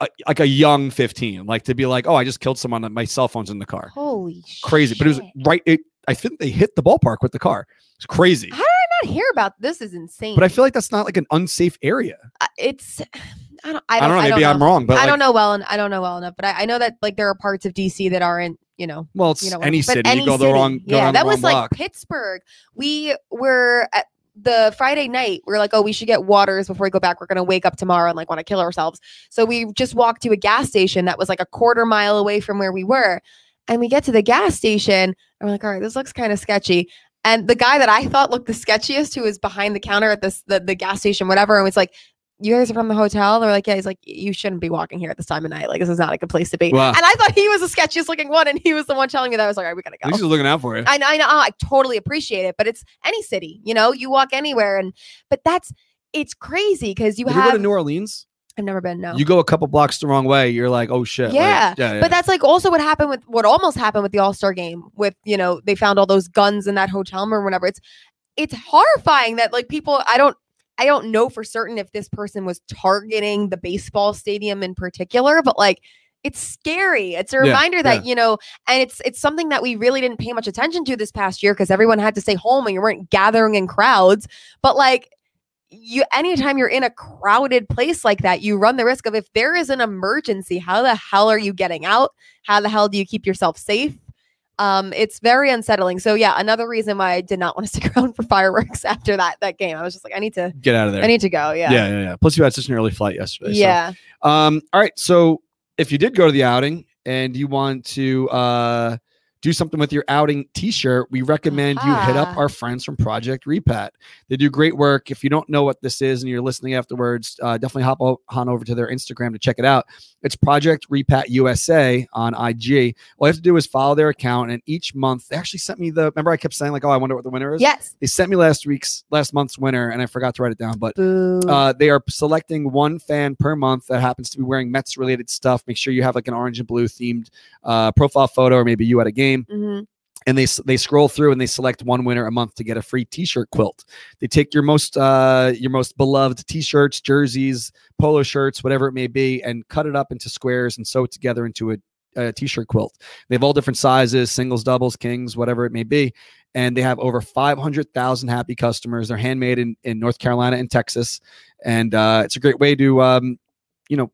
[SPEAKER 3] a, like a young 15, like to be like, "Oh, I just killed someone. My cell phone's in the car."
[SPEAKER 4] Holy
[SPEAKER 3] Crazy, but it was
[SPEAKER 4] Oh, shit.
[SPEAKER 3] right. It, I think they hit the ballpark with the car. It's crazy,
[SPEAKER 4] How did I not hear about this? Is insane.
[SPEAKER 3] but I feel like that's not like an unsafe area.
[SPEAKER 4] Uh, it's. I don't. I
[SPEAKER 3] I
[SPEAKER 4] don't,
[SPEAKER 3] don't, know. Maybe I'm wrong, but
[SPEAKER 4] I
[SPEAKER 3] like,
[SPEAKER 4] don't know well, and I don't know well enough, but I, I know that like there are parts of DC that aren't, you know,
[SPEAKER 3] Well, it's
[SPEAKER 4] you know,
[SPEAKER 3] any
[SPEAKER 4] but
[SPEAKER 3] city.
[SPEAKER 4] any
[SPEAKER 3] you go the
[SPEAKER 4] city.
[SPEAKER 3] wrong. Go
[SPEAKER 4] yeah,
[SPEAKER 3] down
[SPEAKER 4] that
[SPEAKER 3] the
[SPEAKER 4] was
[SPEAKER 3] wrong block.
[SPEAKER 4] like Pittsburgh. We were at the Friday night. We are like, oh, we should get waters before we go back. We're gonna wake up tomorrow and like want to kill ourselves. So we just walked to a gas station that was like a quarter mile away from where we were, and we get to the gas station and we're like, all right, this looks kind of sketchy. And the guy that I thought looked the sketchiest, who was behind the counter at this the, the gas station, whatever, and was like. You guys are from the hotel. They're like, yeah. He's like, you shouldn't be walking here at this time of night. Like, this is not a good place to be.
[SPEAKER 3] Wow.
[SPEAKER 4] And I thought he was the sketchiest looking one, and he was the one telling me that. I was like, all right, we gotta
[SPEAKER 3] At
[SPEAKER 4] go.
[SPEAKER 3] least he's looking out for you.
[SPEAKER 4] I know, I know, Oh, I totally appreciate it, but it's any city, you know, you walk anywhere, and but that's it's crazy because you
[SPEAKER 3] You, go
[SPEAKER 4] have
[SPEAKER 3] to New Orleans,
[SPEAKER 4] I've never been no,
[SPEAKER 3] you go a couple blocks the wrong way, you're like, oh shit. like,
[SPEAKER 4] Yeah,
[SPEAKER 3] yeah, yeah.
[SPEAKER 4] but that's like also what happened with what almost happened with the All Star game with you know they found all those guns in that hotel room or whatever. It's it's horrifying that like people I don't I don't know for certain if this person was targeting the baseball stadium in particular, but like it's scary. It's a
[SPEAKER 3] Yeah,
[SPEAKER 4] reminder that you know, and it's it's something that we really didn't pay much attention to this past year because everyone had to stay home and you weren't gathering in crowds. But like you anytime you're in a crowded place like that you run the risk of if there is an emergency how the hell are you getting out how the hell do you keep yourself safe um it's very unsettling so yeah another reason why i did not want to stick around for fireworks after that that game i was just like i need to
[SPEAKER 3] Get out of there.
[SPEAKER 4] i need to go yeah
[SPEAKER 3] yeah, yeah, yeah. Plus, you had such an early flight yesterday. so-
[SPEAKER 4] yeah
[SPEAKER 3] Um, all right. So if you did go to the outing and you want to uh, do something with your outing t-shirt, we recommend you hit up
[SPEAKER 4] Aha.
[SPEAKER 3] our friends from Project Repat. They do great work. If you don't know what this is and you're listening afterwards, uh, definitely hop o- on over to their Instagram to check it out. It's Project Repat USA on IG. All you have to do is follow their account, and each month they actually sent me the. Remember, I kept saying like, "Oh, I wonder what the winner is."
[SPEAKER 4] yes
[SPEAKER 3] They sent me last week's last month's winner, and I forgot to write it down, but
[SPEAKER 4] Boo.
[SPEAKER 3] uh, they are selecting one fan per month that happens to be wearing Mets related stuff. Make sure you have like an orange and blue themed uh, profile photo, or maybe you at a game.
[SPEAKER 4] Mhm.
[SPEAKER 3] And they s- they scroll through and they select one winner a month to get a free T-shirt quilt. They take your most uh, your most beloved T-shirts, jerseys, polo shirts, whatever it may be, and cut it up into squares and sew it together into a a t-shirt quilt. They have all different sizes, singles, doubles, kings, whatever it may be, and they have over 500,000 happy customers. They're handmade in, in North Carolina and Texas, and uh, it's a great way to, um, you know,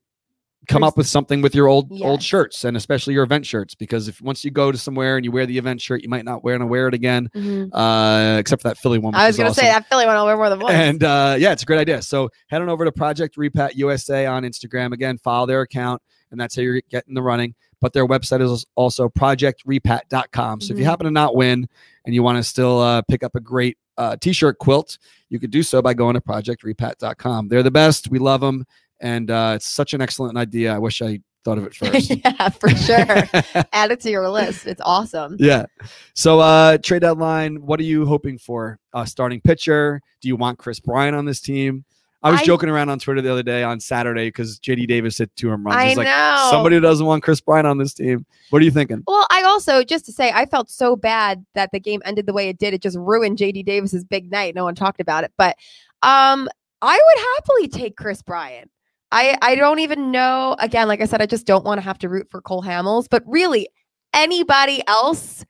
[SPEAKER 3] come up with something with your old old
[SPEAKER 4] Yes.
[SPEAKER 3] shirts and especially your event shirts because if once you go to somewhere and you wear the event shirt, you might not wear and wear it again,
[SPEAKER 4] Mhm.
[SPEAKER 3] uh, except for that Philly one. which
[SPEAKER 4] i was
[SPEAKER 3] is
[SPEAKER 4] gonna
[SPEAKER 3] awesome.
[SPEAKER 4] say that philly one over more than once
[SPEAKER 3] And uh, yeah, it's a great idea. So head on over to Project Repat USA on Instagram. Again, follow their account, and that's how you're getting the running. But their website is also projectrepat.com. So if you
[SPEAKER 4] Mhm.
[SPEAKER 3] happen to not win and you want to still uh, pick up a great uh, t shirt quilt, you could do so by going to projectrepat.com. They're the best. We love them. And uh, it's such an excellent idea. I wish I thought of it first.
[SPEAKER 4] yeah for sure add it to your list it's awesome
[SPEAKER 3] Yeah. So uh trade deadline, what are you hoping for? Uh starting pitcher? Do you want Chris Bryant on this team? I was
[SPEAKER 4] I-
[SPEAKER 3] joking around on Twitter the other day on Saturday because JD Davis hit two home runs.
[SPEAKER 4] i
[SPEAKER 3] He's like
[SPEAKER 4] know
[SPEAKER 3] somebody who doesn't want Chris Bryant on this team. What are you thinking?
[SPEAKER 4] Well, I also just to say I felt so bad that the game ended the way it did. It just ruined JD Davis's big night. No one talked about it, but um I would happily take Chris Bryant. I I don't even know again like I said I just don't want to have to root for Cole Hamels, but really anybody else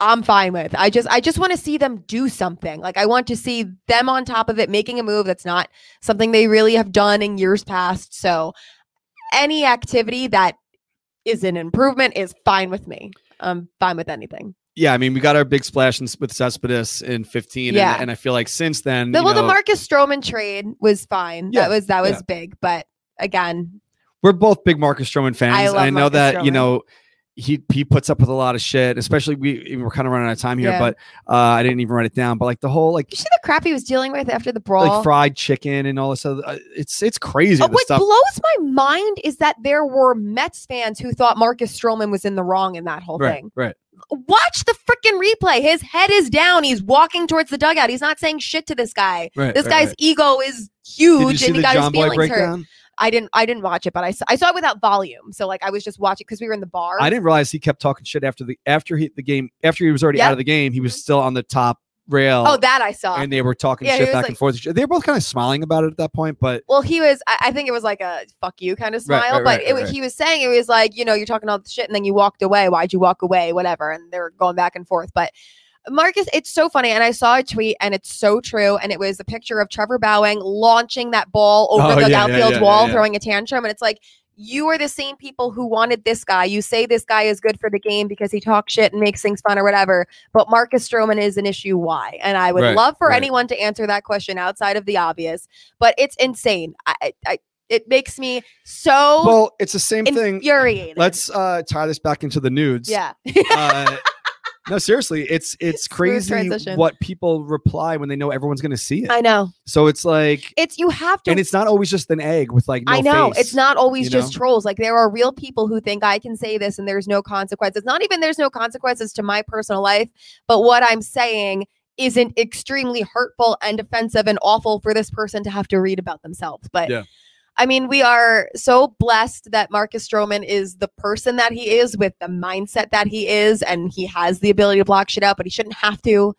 [SPEAKER 4] I'm fine with. I just I just want to see them do something. Like I want to see them on top of it making a move that's not something they really have done in years past. So any activity that is an improvement is fine with me. I'm fine with anything.
[SPEAKER 3] Yeah, I mean, we got our big splash in, with Cespedes in 15, and-
[SPEAKER 4] Yeah.
[SPEAKER 3] and, I feel like since then,
[SPEAKER 4] The,
[SPEAKER 3] you
[SPEAKER 4] well, the
[SPEAKER 3] know,
[SPEAKER 4] Marcus Stroman trade was fine.
[SPEAKER 3] Yeah,
[SPEAKER 4] That was that was
[SPEAKER 3] yeah.
[SPEAKER 4] big, but again,
[SPEAKER 3] we're both big Marcus Stroman fans.
[SPEAKER 4] I
[SPEAKER 3] and
[SPEAKER 4] love
[SPEAKER 3] I know
[SPEAKER 4] Marcus
[SPEAKER 3] that you
[SPEAKER 4] Stroman.
[SPEAKER 3] know he he puts up with a lot of shit, especially we we're kind of running out of time here,
[SPEAKER 4] Yeah.
[SPEAKER 3] but uh, I didn't even write it down. But like the whole like
[SPEAKER 4] you see the crap he was dealing with after the brawl.
[SPEAKER 3] like fried chicken and all this other, uh, it's it's crazy
[SPEAKER 4] Uh,
[SPEAKER 3] the
[SPEAKER 4] what
[SPEAKER 3] stuff.
[SPEAKER 4] blows my mind is that there were Mets fans who thought Marcus Stroman was in the wrong in that whole
[SPEAKER 3] right,
[SPEAKER 4] thing.
[SPEAKER 3] right.
[SPEAKER 4] Watch the freaking replay. His head is down. He's walking towards the dugout. He's not saying shit to this guy.
[SPEAKER 3] Right.
[SPEAKER 4] This
[SPEAKER 3] right,
[SPEAKER 4] guy's
[SPEAKER 3] right.
[SPEAKER 4] ego is
[SPEAKER 3] Did you
[SPEAKER 4] huge,
[SPEAKER 3] see
[SPEAKER 4] and
[SPEAKER 3] the
[SPEAKER 4] he got his
[SPEAKER 3] John Boy
[SPEAKER 4] feelings hurt.
[SPEAKER 3] breakdown?
[SPEAKER 4] I didn't. I didn't watch it, but I saw, I saw it without volume. So like I was just watching because we were in the bar.
[SPEAKER 3] I didn't realize he kept talking shit after the after he the game after he was already
[SPEAKER 4] Yep. Mm-hmm.
[SPEAKER 3] out of the game. He was still on the top rail.
[SPEAKER 4] oh, that I saw.
[SPEAKER 3] and they were talking
[SPEAKER 4] Yeah, he
[SPEAKER 3] shit
[SPEAKER 4] was
[SPEAKER 3] back
[SPEAKER 4] like-
[SPEAKER 3] and forth. They were both kind of smiling about it at that point, but
[SPEAKER 4] well, he was. I, I think it was like a "fuck you" kind of
[SPEAKER 3] Right,
[SPEAKER 4] smile,
[SPEAKER 3] right,
[SPEAKER 4] but
[SPEAKER 3] right,
[SPEAKER 4] it,
[SPEAKER 3] right,
[SPEAKER 4] was-
[SPEAKER 3] right.
[SPEAKER 4] he was saying it was like, you know, you're talking all the shit, and then you walked away. Why'd you walk away? Whatever, and they were going back and forth. But Marcus, it's so funny, and I saw a tweet, and it's so true, and it was a picture of Trevor Bowing launching that ball over
[SPEAKER 3] Oh,
[SPEAKER 4] the
[SPEAKER 3] yeah, yeah,
[SPEAKER 4] outfield
[SPEAKER 3] yeah,
[SPEAKER 4] wall,
[SPEAKER 3] yeah, yeah.
[SPEAKER 4] throwing a tantrum, and it's like. You are the same people who wanted this guy. You say this guy is good for the game because he talks shit and makes things fun or whatever. But Marcus Stroman is an issue. Why? And I would
[SPEAKER 3] Right,
[SPEAKER 4] love for
[SPEAKER 3] right.
[SPEAKER 4] anyone to answer that question outside of the obvious but it's insane. I, I, I it makes me so
[SPEAKER 3] well, it's the same thing.
[SPEAKER 4] infuriated.
[SPEAKER 3] Let's uh, tie this back into the nudes.
[SPEAKER 4] yeah,
[SPEAKER 3] Uh, no, seriously, it's it's
[SPEAKER 4] Smooth
[SPEAKER 3] crazy
[SPEAKER 4] transition.
[SPEAKER 3] what people reply when they know everyone's going to see it.
[SPEAKER 4] I know.
[SPEAKER 3] so it's like,
[SPEAKER 4] It's you have to.
[SPEAKER 3] and it's not always just an egg with like. No
[SPEAKER 4] I know
[SPEAKER 3] face.
[SPEAKER 4] it's not always
[SPEAKER 3] you
[SPEAKER 4] just trolls. Like there are real people who think I can say this and there's no consequences. Not even there's no consequences to my personal life, but what I'm saying isn't extremely hurtful and offensive and awful for this person to have to read about themselves. But
[SPEAKER 3] Yeah.
[SPEAKER 4] I mean, we are so blessed that Marcus Stroman is the person that he is with the mindset that he is, and he has the ability to block shit out, but he shouldn't have to.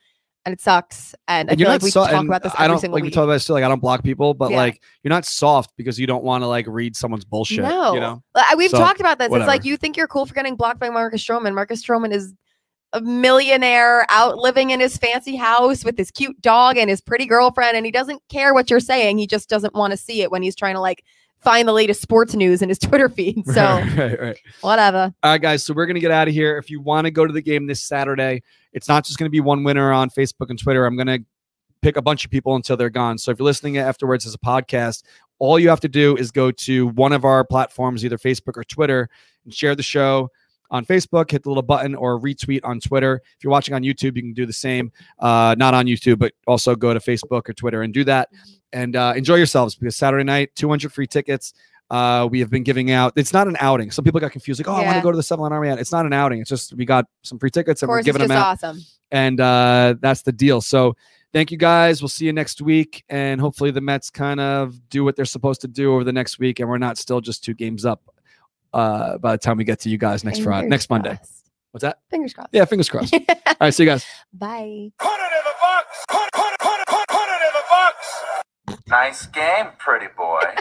[SPEAKER 4] And it sucks. And,
[SPEAKER 3] And
[SPEAKER 4] I feel
[SPEAKER 3] you're
[SPEAKER 4] like
[SPEAKER 3] not
[SPEAKER 4] we
[SPEAKER 3] so-
[SPEAKER 4] talk
[SPEAKER 3] and
[SPEAKER 4] about this every
[SPEAKER 3] I don't
[SPEAKER 4] single
[SPEAKER 3] like we
[SPEAKER 4] week.
[SPEAKER 3] talk about this too. Like I don't block people, but
[SPEAKER 4] Yeah.
[SPEAKER 3] like you're not soft because you don't want to like read someone's bullshit.
[SPEAKER 4] No,
[SPEAKER 3] You know.
[SPEAKER 4] Like, I- we've
[SPEAKER 3] So,
[SPEAKER 4] talked about this. It's like
[SPEAKER 3] whatever.
[SPEAKER 4] you think you're cool for getting blocked by Marcus Stroman. Marcus Stroman is a millionaire out living in his fancy house with his cute dog and his pretty girlfriend, and he doesn't care what you're saying. He just doesn't want to see it when he's trying to like find the latest sports news in his Twitter feed. So
[SPEAKER 3] right, right, right.
[SPEAKER 4] whatever.
[SPEAKER 3] All right, guys. So we're gonna get out of here. If you want to go to the game this Saturday, it's not just gonna be one winner on Facebook and Twitter. I'm gonna pick a bunch of people until they're gone. So if you're listening afterwards as a podcast, all you have to do is go to one of our platforms, either Facebook or Twitter, and share the show on Facebook. Hit the little button or retweet on Twitter. If you're watching on YouTube, you can do the same. Uh, not on YouTube, but also go to Facebook or Twitter and do that. And uh, enjoy yourselves because Saturday night, 200 free tickets. Uh, we have been giving out. It's not an outing. Some people got confused, like, "Oh, I want
[SPEAKER 4] Yeah.
[SPEAKER 3] to go to the Seven Line Army." Ad." It's not an outing. It's just we got some free tickets and
[SPEAKER 4] Of
[SPEAKER 3] we're
[SPEAKER 4] course, it's
[SPEAKER 3] giving them
[SPEAKER 4] just
[SPEAKER 3] out
[SPEAKER 4] awesome.
[SPEAKER 3] and uh, that's the deal. So thank you guys. We'll see you next week, and hopefully the Mets kind of do what they're supposed to do over the next week, and we're not still just two games up uh, by the time we get to you guys next Friday,
[SPEAKER 4] Fingers
[SPEAKER 3] next Monday.
[SPEAKER 4] crossed.
[SPEAKER 3] What's that?
[SPEAKER 4] Fingers crossed.
[SPEAKER 3] Yeah, fingers crossed. All right, see you guys.
[SPEAKER 4] Bye.
[SPEAKER 2] Put it in the box. Put, put, put, put, put it in the box.
[SPEAKER 5] Nice game, pretty boy.